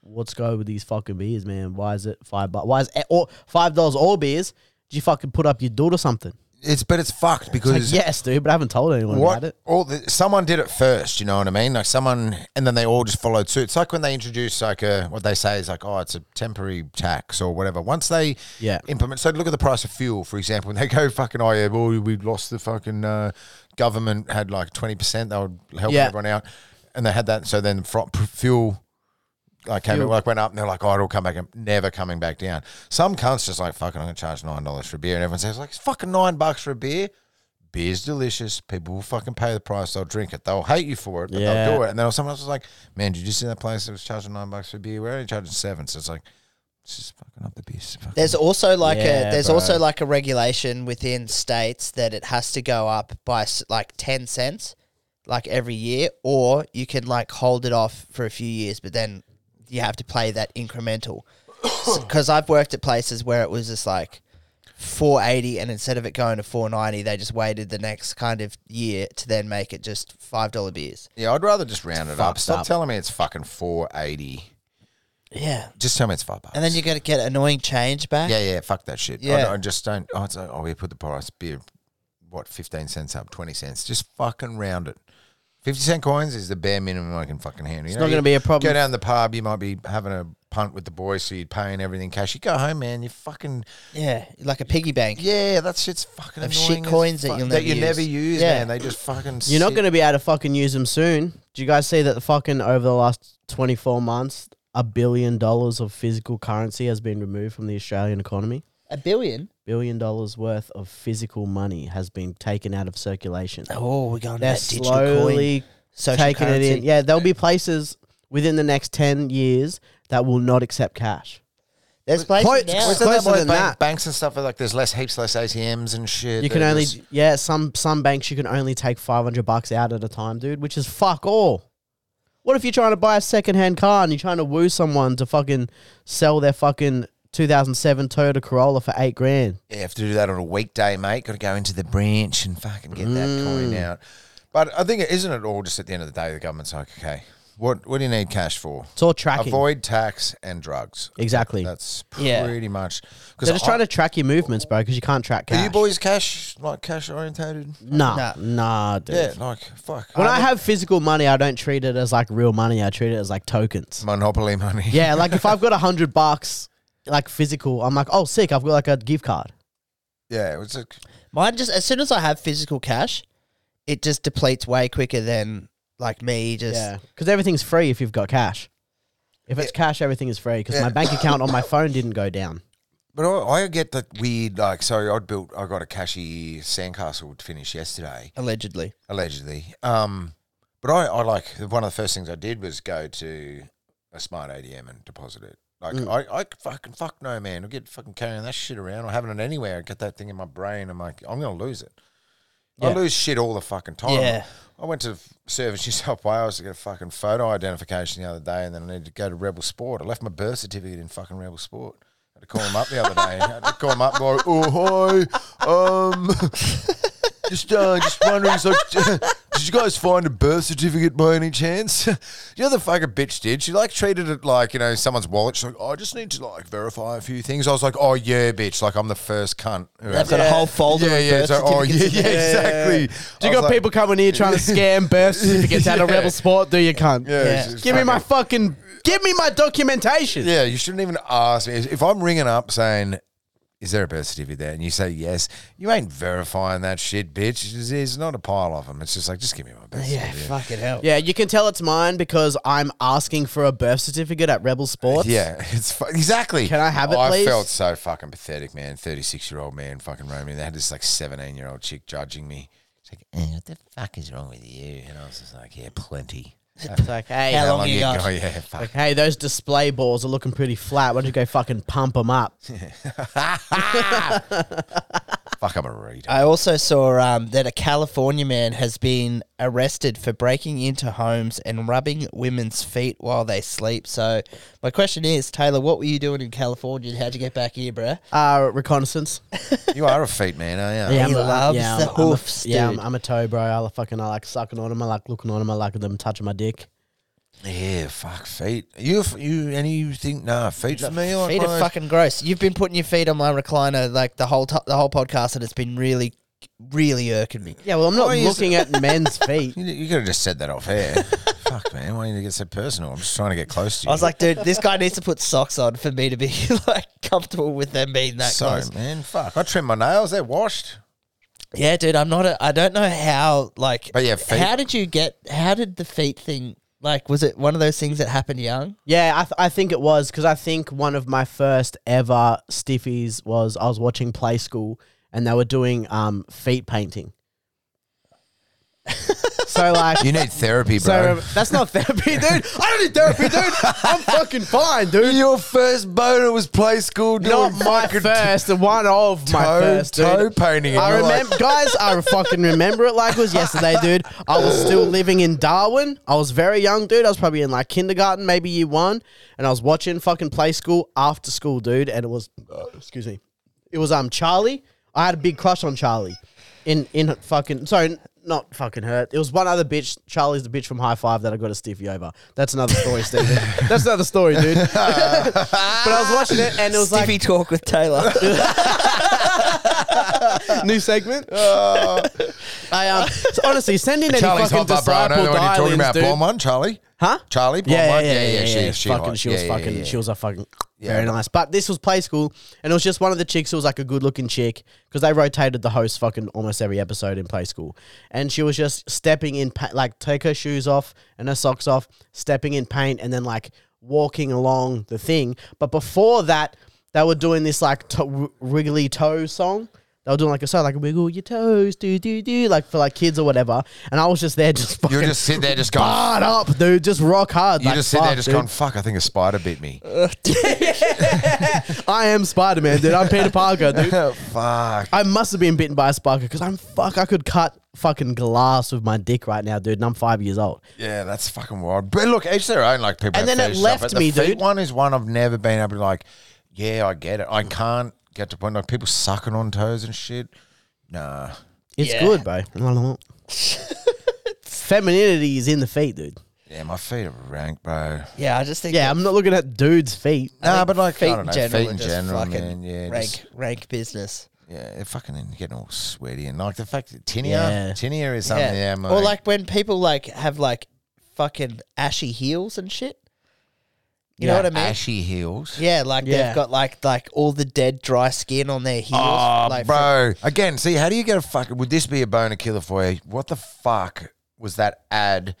"What's go with these fucking beers, man? Why is it five bucks? Why is it or five dollars all beers? Did you fucking put up your dude or something?"
it's but it's fucked because
Like, yes, dude, but I haven't told anyone
What?
about it.
All the, someone did it first. You know what I mean? Like someone, and then they all just followed suit. It's like when they introduce like a what they say is like, oh, it's a temporary tax or whatever. Once they
Yeah.
implement, so look at the price of fuel, for example. When they go fucking, oh yeah, well we lost the fucking uh, government had like twenty percent. They would help
Yeah.
everyone out, and they had that. So then fro- p- fuel. Like came,
Fuel.
like went up, and they're like, "Oh, it'll come back." up," Never coming back down. Some cunts just like, "Fucking, I'm gonna charge nine dollars for a beer," and everyone says, "Like, it's fucking nine bucks for a beer." beer's delicious. People will fucking pay the price. They'll drink it. They'll hate you for it, but
Yeah.
they'll do it. And then someone else was like, "Man, did you see that place that was charging nine bucks for beer? We're only charging seven. So it's like, it's just fucking up the beer. It's fucking-
there's also like
Yeah,
a there's
bro.
also like a regulation within states that it has to go up by s- like ten cents, like every year, or you can like hold it off for a few years, but then you have to play that incremental. Because I've worked at places where it was just like. 480 and instead of it going to 490 they just waited the next kind of year to then make it just five dollar beers
yeah, I'd rather just round it up.
fucked
Stop
up.
telling me it's fucking four eighty.
yeah
Just tell me it's five bucks.
and then you're going to get annoying change back
yeah, yeah, fuck that shit.
Yeah.
Yeah. I, just don't. Oh, it's like, oh, we put the price beer, what fifteen cents up, twenty cents. Just fucking round it. Fifty cent coins is the bare minimum I can fucking handle. You
It's not gonna be a problem.
Go down the pub, you might be having a punt with the boys, so you're paying everything cash. You go home, man. You fucking
Yeah, like a piggy bank.
yeah, that shit's fucking
Of
annoying.
shit
as
coins that you'll
that
never
you
use.
never use,
Yeah.
man. They just fucking.
You're not
sit-
going to be able to fucking use them soon. Do you guys see that the fucking over the last 24 months, a billion dollars of physical currency has been removed from the Australian economy?
A billion?
Billion dollars worth of physical money has been taken out of circulation.
Oh, we're going to
They're
that digital coin.
slowly
Social
taking
currency.
it in. Yeah, there'll be places within the next 10 years that will not accept cash.
There's places
Quite-
now.
it's
Wasn't that
closer
why
than
bank-
that.
Banks and stuff are like there's less heaps, less ATMs and shit.
You can
They're
only,
just-
yeah, some, some banks you can only take 500 bucks out at a time, dude, which is fuck all. What if you're trying to buy a secondhand car and you're trying to woo someone to fucking sell their fucking 2007 Toyota Corolla for eight grand?
you have to do that on a weekday, mate. Got to go into the branch and fucking get that coin
Mm.
out. But I think isn't it all just at the end of the day the government's like, okay, what what do you need cash for?
It's all tracking.
Avoid tax and drugs.
exactly.
That's
Yeah.
pretty much because
They're just trying to track your movements, bro, because you can't track cash.
Are you boys cash like cash orientated?
Nah, nah, dude.
Yeah, like fuck.
When I
I'm
have physical money, I don't treat it as like real money. I treat it as like tokens.
monopoly money.
Yeah, like if I've got a hundred bucks, like physical, I'm like, oh, sick. I've got like a gift card.
yeah. It's a,
Mine just, as soon as I have physical cash, it just depletes way quicker than like me just.
because everything's free if you've got cash. If If it's cash, everything is free because my bank account on my phone didn't go down.
But I, I get that weird, like, so I built, I got a cashy sandcastle to finish yesterday,
allegedly.
allegedly. Um, but I, I like, one of the first things I did was go to a smart ADM and deposit it. Like, I, I fucking, fuck no, man. I get fucking carrying that shit around or having it anywhere. I get that thing in my brain. I'm like, I'm going to lose it. I
Yeah.
lose shit all the fucking time.
Yeah.
I went to Service New South Wales to get a fucking photo identification the other day, and then I needed to go to Rebel Sport. I left my birth certificate in fucking Rebel Sport. I had to call them up the other day. I had to call them up and go, oh, hi. Um, just, uh, just wondering, so, did you guys find a birth certificate by any chance? you know, the fucking bitch did. She, like, treated it like, you know, someone's wallet. She's like, oh, I just need to, like, verify a few things. I was like, oh, yeah, bitch. Like, I'm the first cunt. who has
I've got a whole folder
yeah,
of
yeah,
birth
so- oh, yeah,
certificates
yeah,
in there.
exactly.
Do
I
you
was
got
like-
people coming here trying to scam birth certificates out of
Yeah.
Rebel Sport? Do you cunt?
Yeah, it's just
Give me my
fucking-
fucking. Give me my documentation.
Yeah, you shouldn't even ask me. If I'm ringing up saying, "Is there a birth certificate there?" and you say yes, you ain't verifying that shit, bitch. It's, it's not a pile of them. It's just like, just give me my birth
Yeah,
certificate.
Ah, fucking hell.
Yeah, you can tell it's mine because I'm asking for a birth certificate at Rebel Sports.
Yeah, it's fu- exactly.
Can I have it,
I
please?
felt so fucking pathetic, man. Thirty-six-year-old man fucking roaming. They had this like seventeen-year-old chick judging me. She's like, eh, "What the fuck is wrong with you?" And I was just like, "Yeah, plenty."
It's like, hey,
How long you got?
Oh yeah, fuck.
hey, those display balls are looking pretty flat. Why don't you go fucking pump them up?
fuck, I'm a reader.
I also saw um, that a California man has been arrested for breaking into homes and rubbing women's feet while they sleep. So, my question is, Taylor, what were you doing in California? and How'd you get back here, bruh?
Uh, reconnaissance.
you are a feet man, are you?
Yeah. He
a-
loves the
a-
hoofs,
yeah, I'm,
dude.
I'm a toe, bro. I like fucking, I like sucking on them. I like looking on them. I like them touching my dick.
Yeah, fuck feet. You you anything? Nah, feet for me. Like
Feet
my-
are fucking gross. You've been putting your feet on my recliner like the whole to- the whole podcast, and it's been really, really irking me.
Yeah, well, I'm not
Why is
looking at men's feet.
You, you could have just said that off air. Fuck, man. Why do you get so personal? I'm just trying to get close to you.
I was like, dude, this guy needs to put socks on for me to be like comfortable with them being that
so
close.
man, fuck. I trim my nails. They're washed.
Yeah, dude, I'm not. A, I don't know how. Like,
But yeah, feet-
how did you get? How did the feet thing? Like, was it one of those things that happened young?
Yeah, I, th- I think it was because I think one of my first ever stiffies was I was watching Play School and they were doing um, feet painting. so like,
You need therapy,
so
bro.
that's not therapy, dude. I don't need therapy, dude. I'm fucking fine, dude.
your first boner was play school.
Not my first, the one of my first, dude.
toe painting.
I remember, guys. I fucking remember it like it was yesterday, dude. I was still living in Darwin. I was very young, dude. I was probably in like kindergarten, maybe year one, and I was watching fucking play school after school, dude. And it was, uh, excuse me, it was um Charlie. I had a big crush on Charlie, in in fucking sorry, not fucking her. It was one other bitch. Charlie's the bitch from High Five that I got a stiffy over. That's another story, Steven. That's another story, dude. but I was watching it, and it was
Stiffy talk with Taylor.
like new segment. I um so honestly send in any
Uh, Charlie's
fucking
hot butt, bro. I know the
disciple
one you're talking
dial-ins,
about.
dude.
Blonde one, Charlie.
Huh?
Charlie, blonde
Yeah, yeah,
one.
yeah, yeah,
yeah.
yeah.
She, she,
fucking,
hot.
she was
Yeah, yeah,
fucking,
yeah.
she was a fucking
Yeah.
very nice. But this was play school, and it was just one of the chicks who was like a good-looking chick because they rotated the host fucking almost every episode in play school, and she was just stepping in, pa- like take her shoes off and her socks off, stepping in paint, and then like walking along the thing. But before that, they were doing this like to- w- wiggly toe song. They were doing like a song like "Wiggle Your Toes," do do do, like for like kids or whatever. And I was just there, just fucking
You're just sitting there, just going.
hard up, dude. Just rock hard.
You
like,
just sit there,
fuck,
just
dude.
going. Fuck, I think a spider bit me.
I am Spider Man, dude. I'm Peter Parker, dude.
Fuck.
I must have been bitten by a spider because I'm fuck. I could cut fucking glass with my dick right now, dude. And I'm five years old.
Yeah, that's fucking wild. But look, each their own. Like people,
And
have
then it
fetish stuff,
left
but
me,
the feet
dude.
One is one I've never been able to like. Yeah, I get it.
Mm.
I can't get to point like people sucking on toes and shit. Nah,
It's
Yeah.
good, bro. Femininity is in the feet, dude.
yeah, my feet are rank, bro.
yeah, I just think.
Yeah, I'm not looking at dudes' feet.
I
Nah,
think
but like
feet
I don't know,
in general,
feet in
are just
general,
fucking
man. Yeah,
rank,
just-
rank business.
yeah, they're fucking in- getting all sweaty and like the fact that tinea,
Yeah.
tinea is something.
Yeah,
Yeah, mate.
or like when people like have like fucking ashy heels and shit. You know
Yeah,
what I mean?
ashy heels.
Yeah, like
Yeah.
they've got like like all the dead dry skin on their heels.
Oh,
like from-
bro. Again, see, how do you get a fucking? Would this be a boner killer for you? What the fuck was that ad?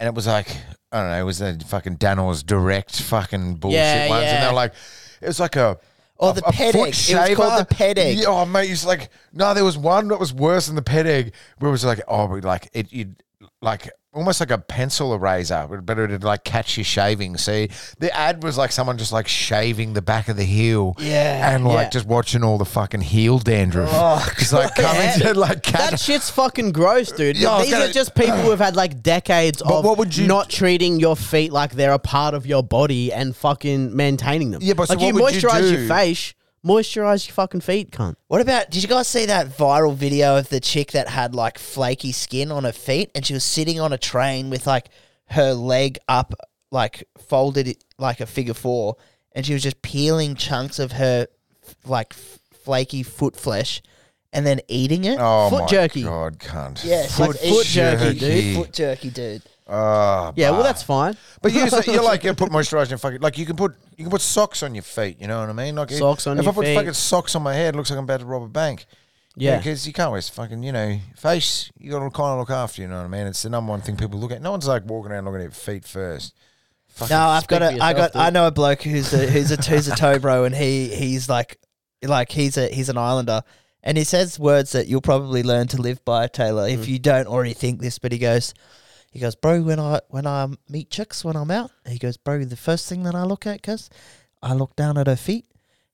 and it was like I don't know, it was the fucking Danor's direct fucking bullshit
Yeah,
ones, and
yeah.
they were like, it was like a.
Oh,
a-
the
a
ped egg.
foot
It was called
shaver.
the ped egg.
Yeah, oh, mate, it's like no, there was one that was worse than the ped egg, where it was like, oh, we like it, you like almost like a pencil eraser, but it would like catch your shaving. See, the ad was like someone just like shaving the back of the heel,
Yeah,
and like
yeah.
just watching all the fucking heel dandruff,
Oh,
just like coming
Yeah.
to like
That
catch.
shit's fucking gross, dude.
Yeah, I was
These
gonna-
are just people who have had like decades of
what would you-
not treating your feet like they're a part of your body and fucking maintaining them.
Yeah, but so
like you
what would you
moisturize
do?
your face, moisturize your fucking feet, cunt.
What about? Did you guys see that viral video of the chick that had like flaky skin on her feet, and she was sitting on a train with like her leg up, like folded it- like a figure four, and she was just peeling chunks of her like f- flaky foot flesh, and then eating it.
Oh
Foot
my
jerky.
god, cunt!
Yeah, it's like
Foot
foot jerky,
jerky.
dude. Foot jerky, dude.
Oh,
Yeah, well
bah.
that's fine.
But you, say- you're like you put moisturizer in fucking like you can put you can put socks on your feet. You know what I mean? Like if-
Socks on
If
your
I put
feet.
fucking socks on my head, it looks like I'm about to rob a bank.
Yeah.
because you can't wear fucking you know face. You got to kind of look after. You know what I mean? It's the number one thing people look at. No one's like walking around looking at your feet first. Fucking
No, I've
speak
got
for
a, I
yourself,
got,
dude.
I know a bloke who's a, who's a, who's a toe bro, and he, he's like, like he's a, he's an islander, and he says words that you'll probably learn to live by, Taylor,
Mm.
if you don't already think this. But he goes, he goes, bro, when I, when I meet chicks when I'm out, he goes, bro, the first thing that I look at, cause I look down at her feet,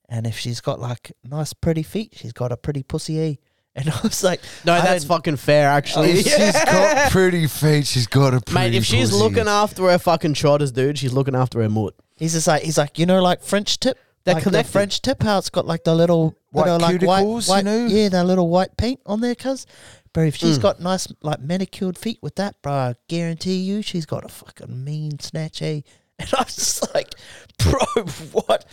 and if she's got like nice pretty feet, she's got a pretty pussy. eh?" And I was like,
No,
I
that's
don't-
fucking fair actually.
If She's got pretty feet. She's got a pretty.
Mate, if she's
pussy.
looking after her fucking trotters, dude, she's looking after her moot.
He's just like he's like you know like French tip.
They're
like
connected.
The French tip how it's got like the little
White
little, like,
cuticles,
white, white,
you know? Mm.
yeah, that little white paint on there, cuz. Bro, if she's got nice like manicured feet with that, bro, I guarantee you she's got a fucking mean snatch. Eh? And I was just like, bro, what?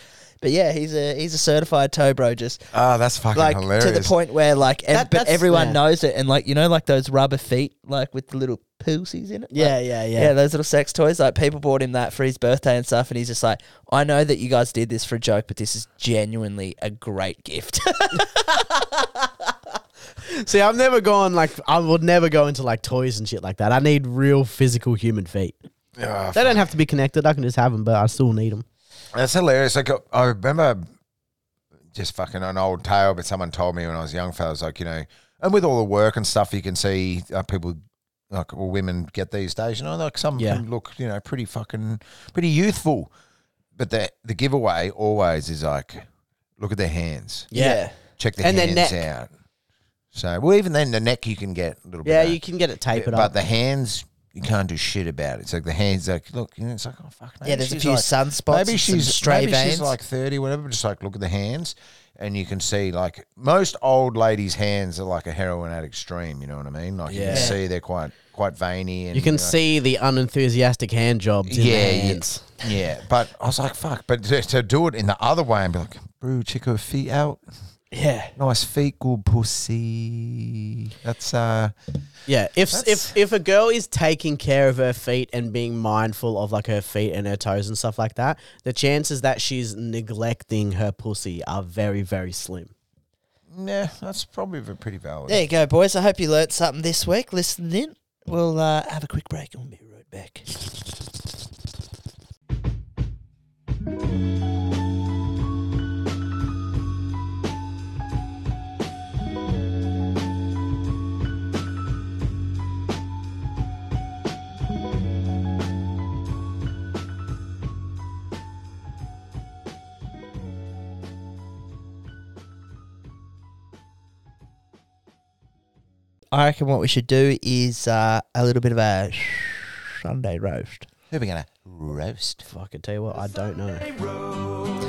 But yeah, he's a he's a certified toe bro, just
ah, that's fucking
like
hilarious.
to the point where like ev-
That-
but
that's-
everyone
yeah.
knows it, and like you know like those rubber feet like with the little poosies in it. like,
Yeah, yeah, yeah.
yeah, those little sex toys. Like people bought him that for his birthday and stuff, and he's just like, "I know that you guys did this for a joke, but this is genuinely a great gift."
See, I've never gone like I would never go into like toys and shit like that. I need real physical human feet.
Ah,
They don't have to be connected. I can just have them, but I still need them.
That's hilarious. Like I- I remember just fucking an old tale, but someone told me when I was a young fella, I was like, you know, and with all the work and stuff, you can see uh, people like or women get these days, you know, like some
Yeah.
can look, you know, pretty fucking pretty youthful, but the the giveaway always is like, look at their hands,
Yeah.
check their
And their
hands
neck.
out. So well, even then the neck you can get a little bit.
Yeah,
of-
you can get it tapered
but
up.
the hands. You can't do shit about it. It's like the hands, like look, you know, it's like oh fuck.
yeah,
maybe
there's a
she's
few
like-
sunspots.
maybe
and some
she's
stray
maybe
veins.
she's like thirty, whatever. but Just like look at the hands, and you can see like most old ladies' hands are like a heroin addict's dream. You know what I mean? Like you
Yeah.
can see they're quite quite veiny, and
you can
know,
see the unenthusiastic hand jobs in
Yeah,
their
yeah.
hands.
yeah. But I was like, fuck. But to, to do it in the other way and be like, bro, check her feet out,
Yeah,
nice feet, good pussy. That's uh,
yeah. If
That's-
if if a girl is taking care of her feet and being mindful of like her feet and her toes and stuff like that, the chances that she's neglecting her pussy are very very slim.
nah, that's probably v- pretty valid.
there you go, boys. I hope you learnt something this week. Listen in. We'll uh, have a quick break and we'll be right back. I reckon what we should do is uh, a little bit of a Sunday roast.
Who are we gonna roast?
Fuck, I tell you what, I don't know.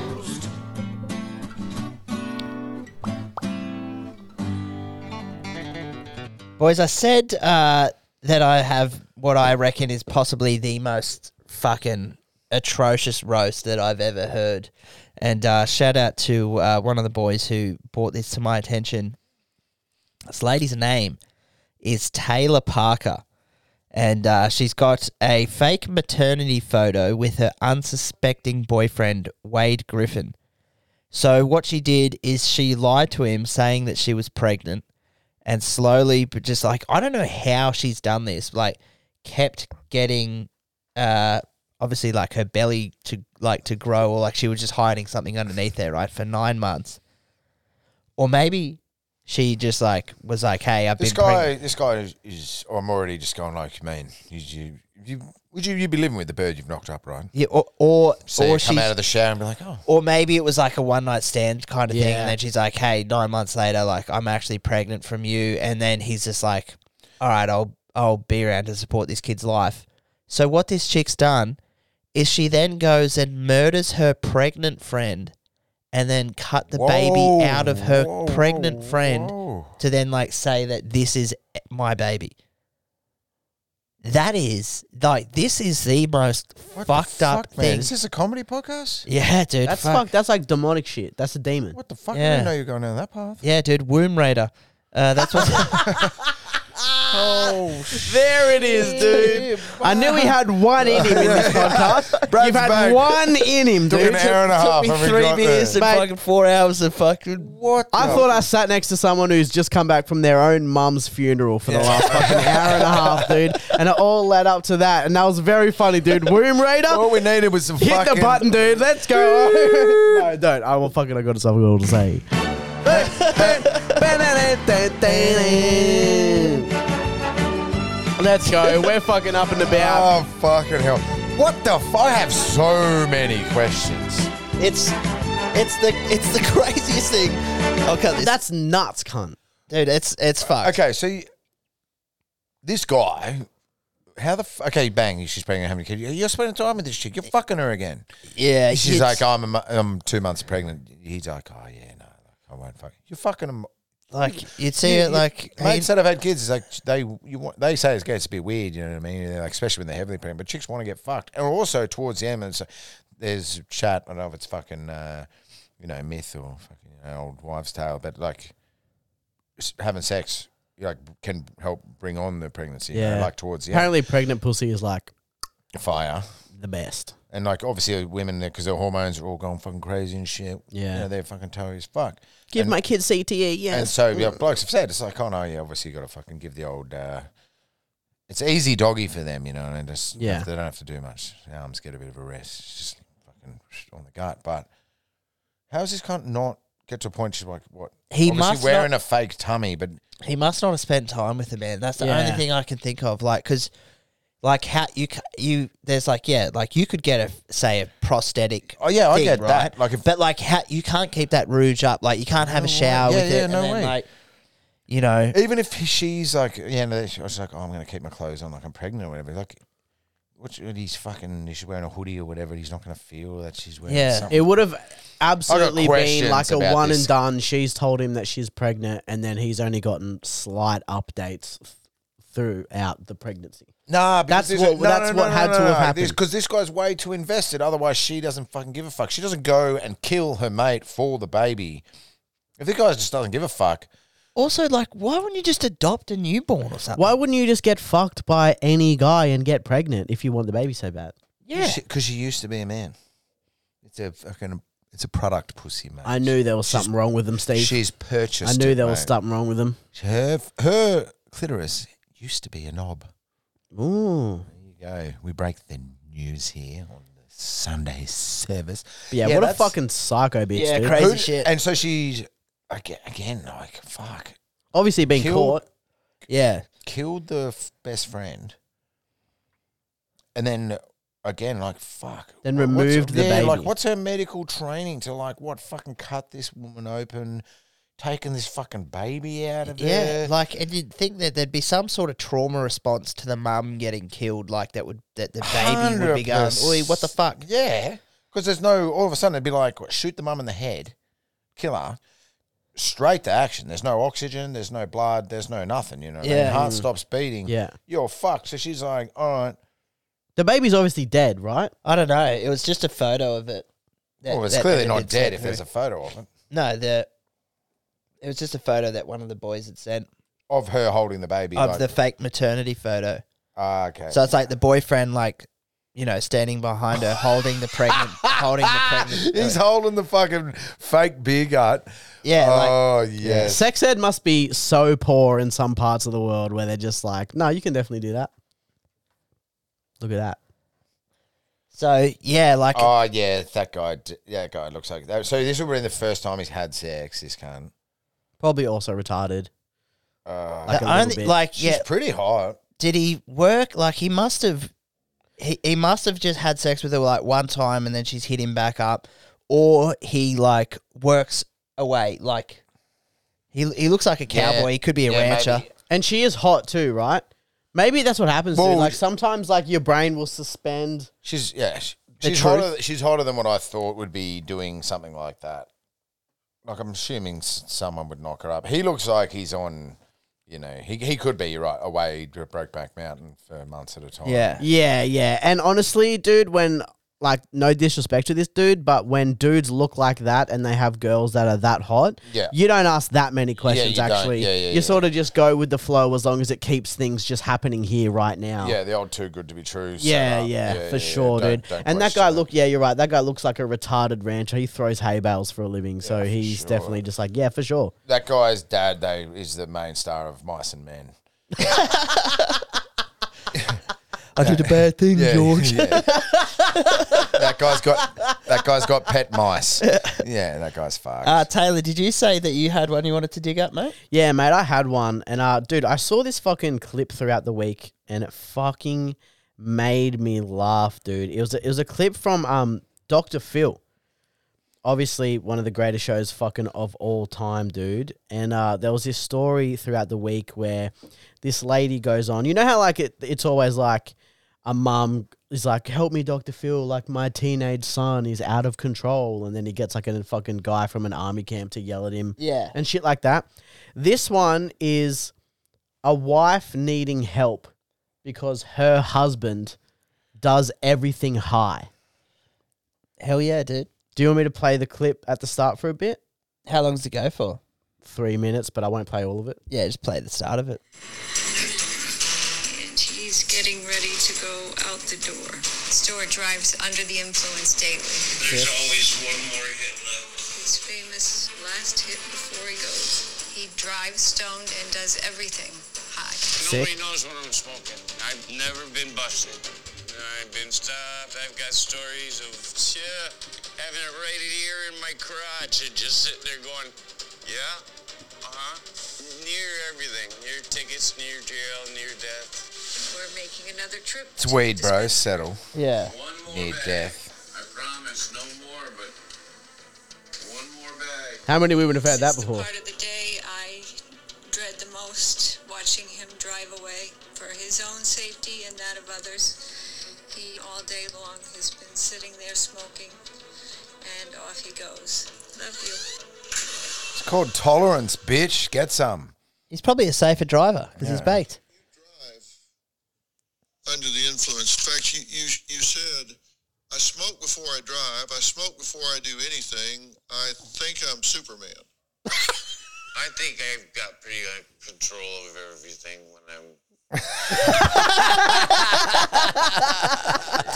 Boys, I said uh, that I have what I reckon is possibly the most fucking atrocious roast that I've ever heard. And uh, shout out to uh, one of the boys who brought this to my attention. This lady's name is Taylor Parker. And uh, she's got a fake maternity photo with her unsuspecting boyfriend, Wade Griffin. So, what she did is she lied to him saying that she was pregnant and slowly but just like I don't know how she's done this. Like kept getting uh obviously like her belly to like to grow or like she was just hiding something underneath there, right, for nine months. Or maybe she just like was like, Hey, I've
This
been pregnant.
guy, this guy is, is. I'm already just going like, man, you, you, you, would you, you be living with the bird you've knocked up, right?
Yeah, or or,
So
or
you
she
come out of the shower and be like, oh,
or maybe it was like a one night stand kind of thing,
Yeah.
and then she's like, "Hey, nine months later, like I'm actually pregnant from you," and then he's just like, "All right, I'll I'll be around to support this kid's life." So what this chick's done is she then goes and murders her pregnant friend, and then cut the
Whoa,
baby out of her
whoa,
pregnant
whoa,
friend
whoa.
to then like say that this is my baby. That is like this is the most
What the
fucked up
fuck, man?
thing.
Is this a comedy podcast?
Yeah, dude.
That's
fuck.
fuck. That's like demonic shit. That's a demon.
What the fuck? I
Yeah.
didn't know you were going down that path.
Yeah, dude, womb raider. Uh, that's what.
Oh,
There it is, dude. I knew he had one in him in this podcast.
Brad's
You've had
back.
one in him,
Took
dude.
an hour and a half.
Took
and
me
we
three
got
beers
there.
and
Mate.
fucking four hours of fucking.
What?
I
the-
thought I sat next to someone who's just come back from their own mum's funeral for the last fucking hour and a half, dude. And it all led up to that. And that was very funny, dude. Womb Raider,
All we needed was some
hit
fucking.
the button, dude. Let's go. no, don't. I will fucking, I got something all to say. Let's go. We're fucking up and about.
Oh fucking hell! What the fuck? I have so many questions.
It's, it's the it's the craziest thing. I'll cut
Oh.
this.
That's nuts, cunt.
dude, it's it's fucked.
Okay, so you- this guy, how the f- okay? Bang! She's pregnant. Having a kid. You're spending time with this chick. You're fucking her again.
Uh,
Yeah,
She's
it's-
like, I'm, a, mo- I'm two months pregnant. He's like, oh yeah, no, I won't fuck. You're fucking him.
like you'd see
You-
it
you-
like
mates
he-
that have had kids is like they you want they say it's gets a bit weird, you know what I mean? They're like, especially when they're heavily pregnant, but chicks want to get fucked. And also towards the end, it's, there's chat. I don't know if it's fucking uh, you know myth or fucking you know, old wives' tale, but like s- having sex you like can help bring on the pregnancy. you know,
Yeah.
like towards the end,
Apparently, pregnant pussy is like
fire.
the best.
And like obviously uh, women, because their hormones are all going fucking crazy and shit.
Yeah.
you know, they're fucking toey as fuck.
Give
And-
my kid CTE, E, yes.
And so, yeah, blokes have said, it's like, oh no, yeah, obviously you got to fucking give the old. Uh, it's easy doggy for them, you know, and they just
Yeah.
they don't have to do much. The arms get a bit of a rest, it's just fucking on the gut. But how is this cunt not get to a point? She's like, what?
He
obviously
must
wearing a fake tummy, but
he must not have spent time with the man. That's the
Yeah.
only thing I can think of. Like, because like how you c- you there's like yeah like you could get a say a prosthetic.
oh yeah, I
thing,
get that.
right?
Like if
but like how you can't keep that rouge up. Like you can't have a shower
Yeah,
with
yeah,
it.
no
and then,
way.
Like, you know,
even if he- she's like, yeah, no, she- I was like, oh, I'm gonna keep my clothes on, like I'm pregnant or whatever. Like, what's he's fucking? She's wearing a hoodie or whatever. He's not gonna feel that she's wearing.
Yeah.
something.
It would have absolutely been
questions
like a
about
one
this.
and done. She's told him that she's pregnant, and then he's only gotten slight updates th- throughout the pregnancy.
Nah, because
That's
there's
what- that's what had to have happened.
Because this guy's way too invested. Otherwise, she doesn't fucking give a fuck. She doesn't go and kill her mate for the baby. If this guy just doesn't give a fuck,
Also, like, why wouldn't you just adopt a newborn or something?
Why wouldn't you just get fucked by any guy and get pregnant if you want the baby so bad?
Yeah.
because she used to be a man. It's a fucking, it's a product pussy, mate.
I knew there was something wrong with him, Steve.
She's purchased.
I knew
it,
there was
mate.
something wrong with him.
Her her clitoris used to be a knob.
Ooh.
There you go. We break the news here on the Sunday service.
But yeah,
Yeah,
what a
that's-
fucking psycho bitch,
Yeah,
dude.
crazy.
Who-
shit.
And so she's again, again like fuck.
Obviously being
Killed-
caught.
Yeah.
killed the f- best friend, and then again, like fuck.
Then
wha- what's-
removed the
yeah, Like,
baby.
what's her medical training to like what fucking cut this woman open, taking this fucking baby out of
Yeah.
her?
Like, and you'd think that there'd be some sort of trauma response to the mum getting killed, like that would, that the baby would be going,
100%.
oi, what the fuck?
Yeah, because there's no. All of a sudden, it'd be like what, shoot the mum in the head, kill her. Straight to action. There's no oxygen. There's no blood. There's no nothing. You know, what I mean?
Yeah. Mm.
heart stops beating.
Yeah.
you're fucked. So she's like, all right,
The baby's obviously dead, right?
I don't know. It was just a photo of it. that-
well, it's
that-
clearly
that
not
had sent
dead if
through.
there's a photo of it.
No, the. It was just a photo that one of the boys had sent
of her holding the baby.
of
like,
the fake maternity photo.
ah, okay.
So it's like the boyfriend, like, you know, standing behind her, holding the pregnant, holding the pregnant.
He's holding the fucking fake beer gut.
yeah, like,
oh yes.
Sex ed must be so poor in some parts of the world where they're just like, no, you can definitely do that. Look at that.
So yeah, like
Oh yeah, that guy. d- That guy looks like that. So this will be the first time he's had sex. This cunt.
Probably also retarded.
Uh,
like
the
a little
only
bit.
like
she's
yeah,
pretty hot.
did he work? Like he must have, he, he must have just had sex with her like one time and then she's hit him back up, or he like works away. Like he he looks like a
Yeah.
cowboy. He could be a
Yeah,
rancher.
maybe.
And she is hot too, right? Maybe that's what happens. dude.
Well,
Like sometimes, like your brain will suspend.
She's yeah. sh-
The
she's
truth.
hotter. She's hotter than what I thought would be doing something like that. Like I'm assuming s- someone would knock her up. He looks like he's on. You know, he he could be you're right away to Brokeback Mountain for months at a time.
Yeah.
Yeah, yeah. And honestly, dude, when like no disrespect to this dude, but when dudes look like that and they have girls that are that hot,
Yeah.
you don't ask that many questions
you don't.
actually.
Yeah, yeah,
you
yeah.
sort of just go with the flow as long as it keeps things just happening here right now.
Yeah, the old too good to be true.
Yeah,
setup.
yeah,
yeah,
for sure,
don't-
dude.
don't
and that
question
guy,
it.
look, yeah, you're right. That guy looks like a retarded rancher. He throws hay bales for a living, so
for
he's
sure.
definitely just like, yeah, for sure.
That guy's dad, though, is the main star of Mice and Men.
I did a bad thing, George.
yeah. that guy's got that guy's got pet mice. Yeah, that guy's fucked.
Uh, Taylor, did you say that you had one you wanted to dig up, mate?
Yeah, mate, I had one, and uh, dude, I saw this fucking clip throughout the week, and it fucking made me laugh, dude. It was a, it was a clip from um Doctor Phil, obviously one of the greatest shows fucking of all time, dude. And uh, there was this story throughout the week where this lady goes on. You know how like it, it's always like a mum is like, "Help me, Doctor Phil! Like my teenage son is out of control," and then he gets like a fucking guy from an army camp to yell at him
Yeah.
and shit like that. This one is a wife needing help because her husband does everything high.
Hell yeah, dude.
Do you want me to play the clip at the start for a bit?
How long's it go for?
Three minutes, but I won't play all of it.
Yeah, just play the start of it.
and he's getting ready to go out the door. Stewart drives under the influence daily.
There's always one more hit left.
His famous last hit before he goes. He drives stoned and does everything high.
Nobody knows what I'm smoking. I've never been busted. I've been stopped. I've got stories of yeah, having it right here in my crotch and just sitting there going, yeah, uh-huh. Near everything. Near tickets, near jail, near death.
We're making another trip.
it's weed, bro. Settle.
Yeah.
One more
Near
bag.
death.
I promise, no more, but one more bag.
How many we would have heard that
This is
before?
The part of the day I dread the most, watching him drive away for his own safety and that of others. He all day long has been sitting there smoking, and off he goes. Love you.
It's called tolerance, bitch. Get some.
He's probably a safer driver because he's
Yeah.
baked.
drive under the influence. In fact, you, you, you said, I smoke before I drive. I smoke before I do anything. I think I'm Superman. I think I've got pretty good control of everything when I'm.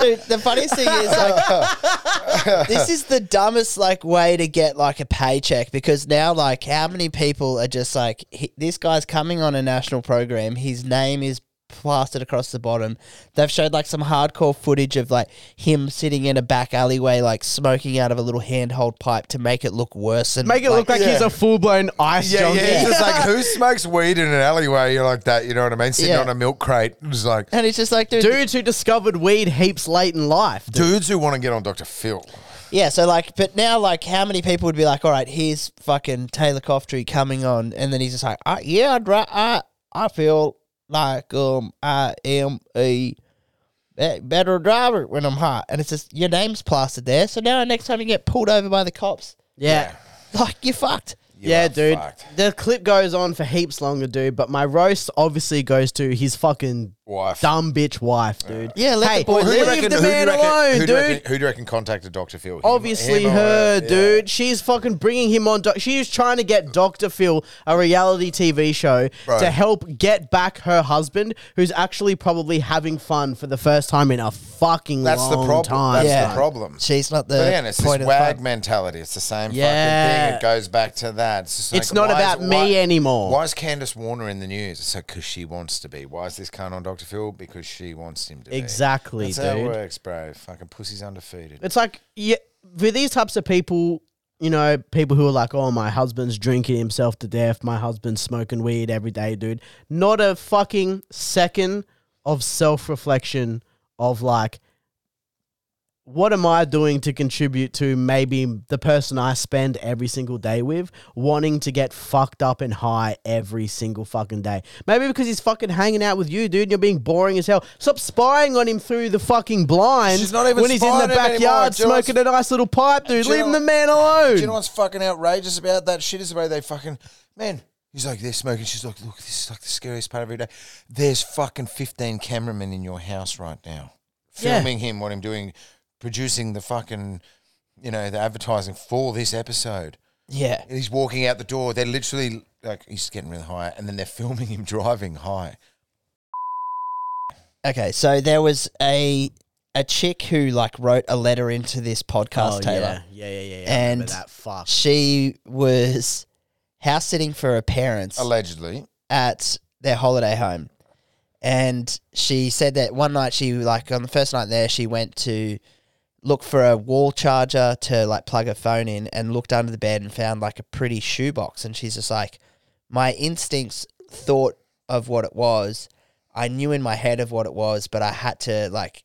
Dude, the funniest thing is like this is the dumbest like way to get like a paycheck because now like how many people are just like he, this guy's coming on a national program. His name is plastered across the bottom. They've showed like some hardcore footage of like him sitting in a back alleyway like smoking out of a little handhold pipe to make it look worse and
Make it look like
Yeah.
he's a full blown ice
Yeah,
junkie.
yeah. It's just like who smokes weed in an alleyway? You're like that. You know what I mean? Sitting
Yeah.
on a milk crate. It was like
and it's just like dude,
Dudes who discovered weed heaps late in life. Dude.
dudes who want to get on Dr. Phil.
Yeah, so like, but now like, how many people would be like, all right, here's fucking Taylor Coftry coming on, and then he's just like, uh, yeah, I'd ra- I I feel like um I am a be- better driver when I'm hot, and it's just your name's plastered there. So now next time you get pulled over by the cops,
Yeah.
like you're fucked.
You
Yeah,
are
dude.
fucked.
The clip goes on for heaps longer, dude. But my roast obviously goes to his fucking
Wife.
dumb bitch wife, dude.
Yeah, let
Hey,
the boy
who do you
live.
reckon- the man alone,
who do you reckon-
dude.
who do you reckon contacted Dr. Phil? Him-
Obviously,
him or
her,
yeah.
dude. She's fucking bringing him on. doc she was trying to get Dr. Phil, a reality TV show,
Bro.
to help get back her husband, who's actually probably having fun for the first time in a fucking
That's
long
the problem.
time.
That's
Yeah.
the problem.
She's not the
But again, it's
point of
this
the
wag
fun.
mentality. It's the same fucking
Yeah.
thing. It goes back to that. It's, just
It's
like,
not
why is-
about me
why-
anymore.
Why is Candace Warner in the news? It's because she wants to be. Why is this cunt on Dr. to Phil because she wants him to. be.
Exactly,
That's how it
dude.
works, bro. Fucking pussy's undefeated.
It's like yeah, for these types of people, you know, people who are like, "Oh, my husband's drinking himself to death. My husband's smoking weed every day, dude." Not a fucking second of self-reflection of like, what am I doing to contribute to maybe the person I spend every single day with wanting to get fucked up and high every single fucking day? Maybe because he's fucking hanging out with you, dude. And you're being boring as hell. Stop spying on him through the fucking blinds
She's not even
when he's in the
spying on him
backyard
anymore. Do you know what's-
smoking a nice little pipe, dude.
Do you
Leave
know-
the man alone.
Do you know what's fucking outrageous about that shit is the way they fucking man. He's like they're smoking. She's like, look, this is like the scariest part of every day. There's fucking fifteen cameramen in your house right now,
Yeah.
filming him what I'm doing, producing the fucking, you know, the advertising for this episode.
Yeah.
And he's walking out the door. They're literally like he's getting really high, and then they're filming him driving high.
Okay, so there was a a chick who like wrote a letter into this podcast, Taylor.
Oh, Yeah, yeah,
yeah.
yeah.
I remember And- that.
fuck.
She was house sitting for her parents
Allegedly,
at their holiday home. And she said that one night she like on the first night there she went to look for a wall charger to like plug her phone in and looked under the bed and found like a pretty shoebox and she's just like my instincts thought of what it was. I knew in my head of what it was, but I had to like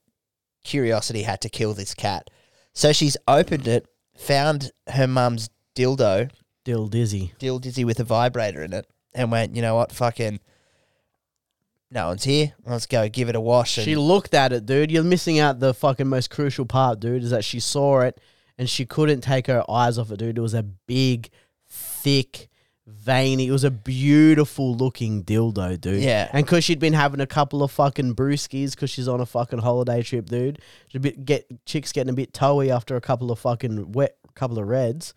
curiosity had to kill this cat. So she's opened it, found her mum's dildo
Still dizzy.
Dill Dizzy with a vibrator in it and went, you know what, fucking no one's here. Let's go give it a wash. And
She looked at it, dude. You're missing out the fucking most crucial part, dude, is that she saw it and she couldn't take her eyes off it, dude. It was a big, thick, veiny. It was a beautiful looking dildo, dude.
Yeah.
And because she'd been having a couple of fucking brewskis because she's on a fucking holiday trip, dude. She'd be, get chicks getting a bit toey after a couple of fucking wet, couple of reds.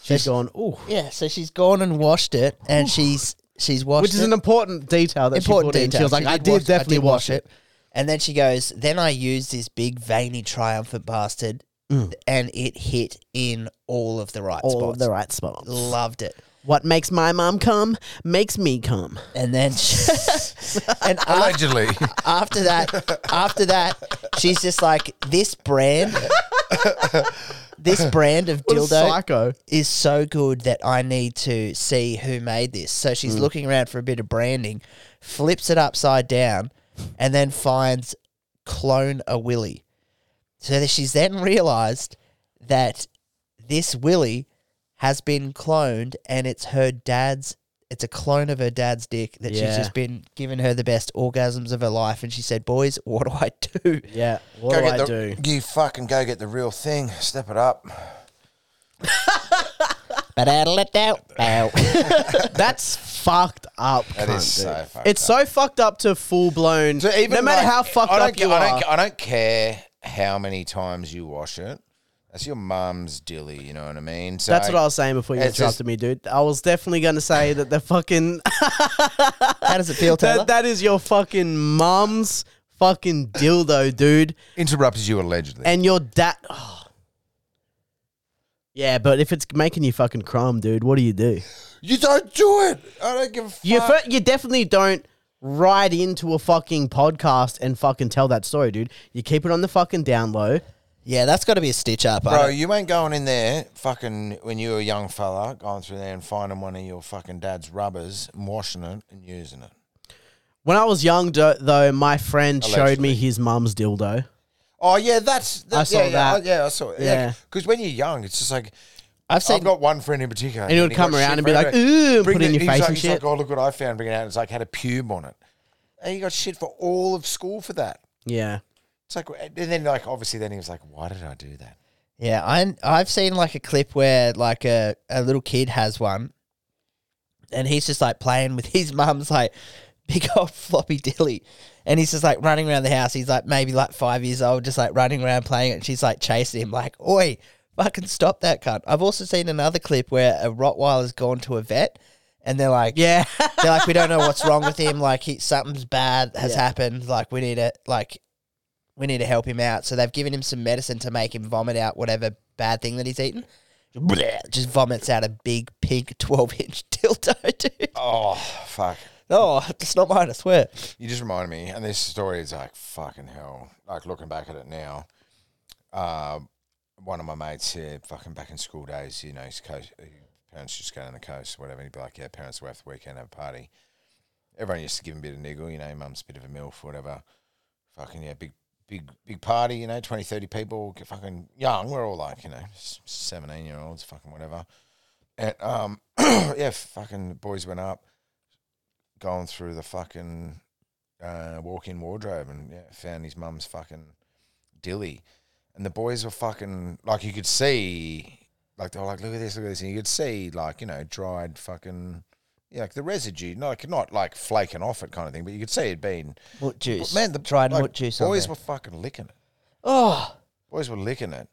She's gone, ooh.
yeah, so she's gone and washed it and she's she's washed
Which is
it.
an important detail that
important
she put in.
detail.
She was like, I did
wash-
definitely
did
wash it.
And then she goes, then I used this big veiny triumphant bastard and it hit in all of the right
Mm. All
spots.
of the right spots.
Loved it.
What makes my mom come makes me come.
And then she, and after,
allegedly.
Oh,
after that, after that, she's just like this brand. this brand of
What a
dildo
psycho.
is so good that I need to see who made this. So she's
Hmm.
looking around for a bit of branding, flips it upside down, and then finds clone a Willy. So that she's then realized that this Willy has been cloned and it's her dad's it's a clone of her dad's dick that she's
Yeah.
just been giving her the best orgasms of her life and she said, Boys, what do I do?
Yeah. What
Go
do I
get the,
do?
You fucking go get the real thing. Step it up.
But I let out. Bow.
That's fucked up.
That
cunt,
is so
dude.
fucked
It's so fucked up to full blown.
So even
no matter
like,
how fucked
I don't,
up
ca-
you
I
are,
don't, ca- I don't care how many times you wash it. That's your mum's dilly. You know what I mean? So
that's what I was saying before you
It's
interrupted
just-
me, dude. I was definitely going to say that the fucking
How does it feel, Taylor?
that, that is your fucking mum's fucking dildo, dude.
interrupted you allegedly.
and your dad. Yeah, but if it's making you fucking crumb, dude, what do you do?
you don't do it. I don't give a fuck.
You fir- you definitely don't ride into a fucking podcast and fucking tell that story, dude. You keep it on the fucking down low.
yeah, that's got to be a stitch up. I
Bro,
don't-
you ain't going in there fucking when you were a young fella, going through there and finding one of your fucking dad's rubbers and washing it and using it.
When I was young, do- though, my friend showed
Allegedly.
me his mum's dildo.
Oh yeah, that's that,
I
yeah,
saw
yeah,
that.
I- Yeah, I saw it.
Yeah.
Yeah, because when you're young, it's just like
I've seen
I've got one friend in particular,
he would
he
come
got
around
shit
and be
for
like,
everything.
"Ooh," and put it in
the- he's
your face
like,
and
he's
shit.
like, "Oh look what I found!" Bring it out. It's like had a pube on it, and he got shit for all of school for that.
Yeah.
It's like, and then like obviously, then he was like, "Why did I do that?"
Yeah, I I've seen like a clip where like a, a little kid has one, and he's just like playing with his mum's like big old floppy dilly, and he's just like running around the house. He's like maybe like five years old, just like running around playing it. And she's like chasing him, like "Oi, fucking stop that cunt!" I've also seen another clip where a Rottweiler's gone to a vet, and they're like,
Yeah.
they're like, we don't know what's wrong with him. Like, he, something's bad has happened. Like, we need to, like, we need to help him out. So they've given him some medicine to make him vomit out whatever bad thing that he's eaten.
Uh,
Just vomits out a big pink twelve inch dildo, dude.
Oh fuck!
No, it's not mine, I swear.
You just reminded me, and this story is like fucking hell. Like looking back at it now, uh, one of my mates here, fucking back in school days, you know, his coast, his parents just go down the coast, or whatever. And he'd be like, "Yeah, parents away for the weekend, have a party." Everyone used to give him a bit of niggle, you know, mum's a bit of a milf, whatever. Fucking yeah, big, big, big party, you know, 20, 30 people, get fucking young. We're all like, you know, s- seventeen year olds, fucking whatever. And um, yeah, fucking boys went up, going through the fucking uh, walk-in wardrobe and yeah, found his mum's fucking dilly. And the boys were fucking like you could see, like they were like, look at this, look at this, and you could see like you know dried fucking. Yeah, like the residue, like not like flaking off it kind of thing, but you could see it been.
What juice?
Man, the
dried
like,
what juice. on
Boys
there.
were fucking licking it.
oh,
Boys were licking it.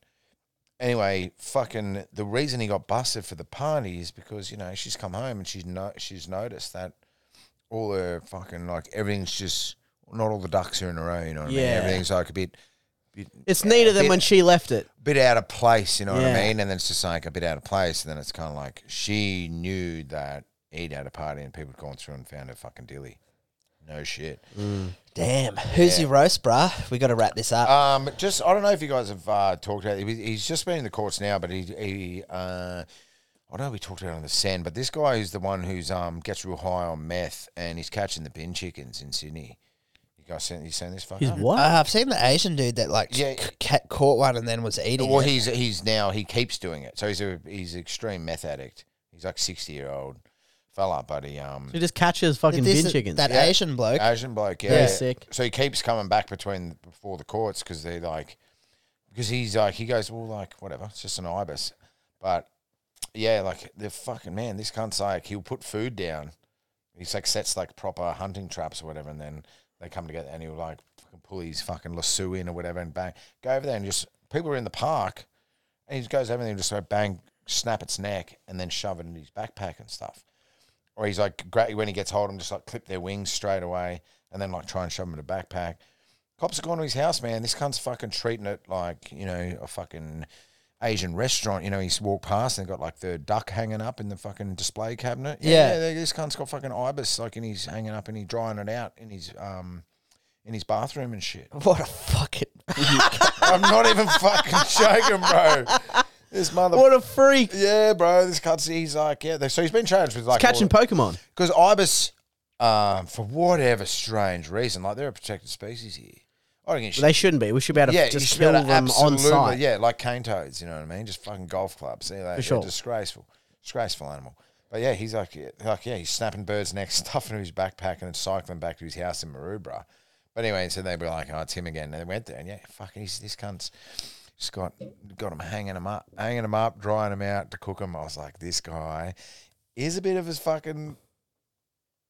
Anyway, fucking the reason he got busted for the party is because you know she's come home and she's no, she's noticed that all her fucking like everything's just not all the ducks are in a row. You know what I
Yeah.
mean? Everything's like a bit, bit
It's neater than
bit-
when she left it.
bit out of place. You know what
Yeah.
I mean? And then it's just like a bit out of place. And then it's kind of like she knew that he'd had a party and people had gone through and found her fucking dilly. No shit.
damn. Who's your roast, bruh? We got to wrap this up.
Um, just I don't know if you guys have uh, talked about. It. He- He's just been in the courts now, but he, he uh, I don't know. if We talked about it on the sand, but this guy is the one who's um gets real high on meth, and he's catching the bin chickens in Sydney. You guys seen? You seen this? Fucker?
Uh, I've seen the Asian dude that like
Yeah.
c- ca- caught one and then was eating.
Well,
it.
he's he's now he keeps doing it. So he's a he's an extreme meth addict. He's like sixty year old fella, but he um
She just catches fucking
This
bin
is-
chickens.
That
Yeah.
Asian bloke.
Asian bloke, yeah.
Yeah, sick.
So he keeps coming back between before the courts because they're like, because he's like, he goes, well, like whatever, it's just an ibis, but yeah, like the fucking man, this cunt's like he'll put food down. He's like sets like proper hunting traps or whatever, and then they come together and he'll like fucking pull his fucking lasso in or whatever and bang, go over there and just people are in the park, and he just goes over there and just like bang, snap its neck and then shove it in his backpack and stuff or he's like great when he gets hold of them, just like clip their wings straight away and then like try and shove them in a backpack. Cops have gone to his house, man. This cunt's fucking treating it like, you know, a fucking Asian restaurant. You know, he's walked past and got like the duck hanging up in the fucking display cabinet.
Yeah.
this cunt's got fucking ibis like and he's hanging up and he's drying it out in his um in his bathroom and shit.
what a fucking.
I'm not even fucking joking, bro. This mother
what a freak.
Yeah, bro, this cunt's he's like, yeah, they- so he's been charged with like all-
Catching Pokemon.
because ibis, um, for whatever strange reason, like they're a protected species here. I don't get shit.
They shouldn't be. We should be able to
yeah, you
just
should be
kill
able
them
to absolutely,
on site.
yeah, like cane toads. You know what I mean? Just fucking golf clubs. See that?
sure.
disgraceful, disgraceful animal. But yeah, he's like, yeah, like yeah, he's snapping birds' necks, stuffing into his backpack, and then cycling back to his house in Maroubra. But anyway, so they were like, "Oh, it's him again." And they went there, and yeah, fucking, he's, this cunt's just got got him hanging him up, hanging him up, drying him out to cook him. I was like, this guy is a bit of his fucking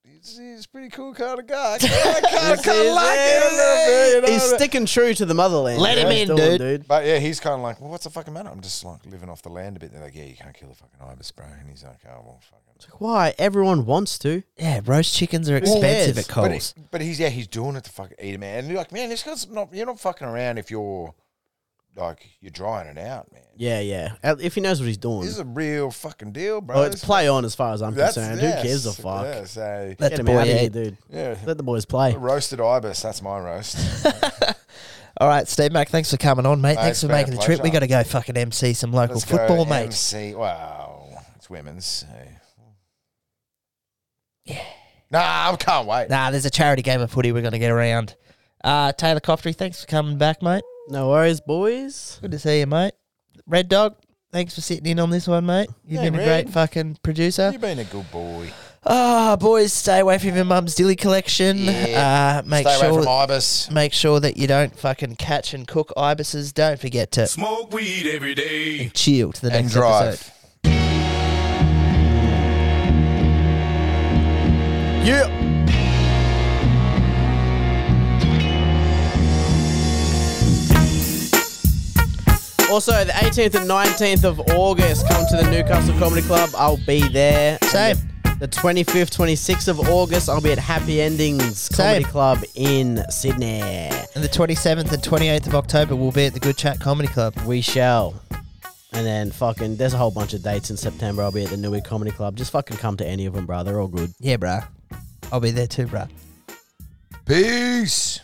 he's, he's a pretty cool kind of guy. I kind of, kind of like him a little bit. You know what
He's
I mean?
sticking true to the motherland.
Let
you know,
him in,
still on,
dude.
But yeah, he's kind of like, well, what's the fucking matter? I'm just like living off the land a bit. They're like, yeah, you can't kill the fucking ibis, bro. And he's like, oh well, fucking.
Why? Everyone wants to.
Yeah, roast chickens are
Who
expensive
cares?
at
But,
Coles.
he- but he's yeah, he's doing it to fucking eat him, man. And you're like, man, this guy's not. You're not fucking around if you're like you're drying it out, man.
Yeah, yeah. Uh, If he knows what he's doing.
This is a real fucking deal, bro.
Oh, it's
This-
play on as far as I'm
that's-
concerned.
yes,
Who gives a fuck?
Yeah, so
Let
Get
the
him out
boy
of here,
eat.
dude.
yeah,
Let the boys play.
roasted ibis. That's my roast.
All right, Steve Mac, thanks for coming on, mate.
Mate,
thanks
it's
for
been a
making the trip. We
pleasure.
got to go fucking MC some local
Let's
football,
go
mate.
MC. Wow, it's women's. So. Yeah. Nah, I can't wait.
Nah, there's a charity game of footy we're going to get around. Uh, Taylor Coffery, thanks for coming back, mate.
No worries, boys.
Good to see you, mate. Red Dog, thanks for sitting in on this one, mate. You've
Yeah,
been a
Red.
great fucking producer.
You've been a good boy.
Ah, boys, stay away from your mum's dilly collection.
Yeah.
Uh, make
Stay
sure
away from ibis.
make sure that you don't fucking catch and cook ibises. Don't forget to
Smoke weed every day.
chill to the
and
next
drive.
episode.
Yeah. Also, the 18th and 19th of August, come to the Newcastle Comedy Club. I'll be there.
Same.
The 25th, 26th of August, I'll be at Happy Endings Comedy
Same.
Club in Sydney.
And the 27th and 28th of October, we'll be at the Good Chat Comedy Club.
We shall. And then fucking, there's a whole bunch of dates in September. I'll be at the Newey Comedy Club. Just fucking come to any of them, bro. They're all good.
Yeah, bruh. I'll be there too, bruh.
Peace.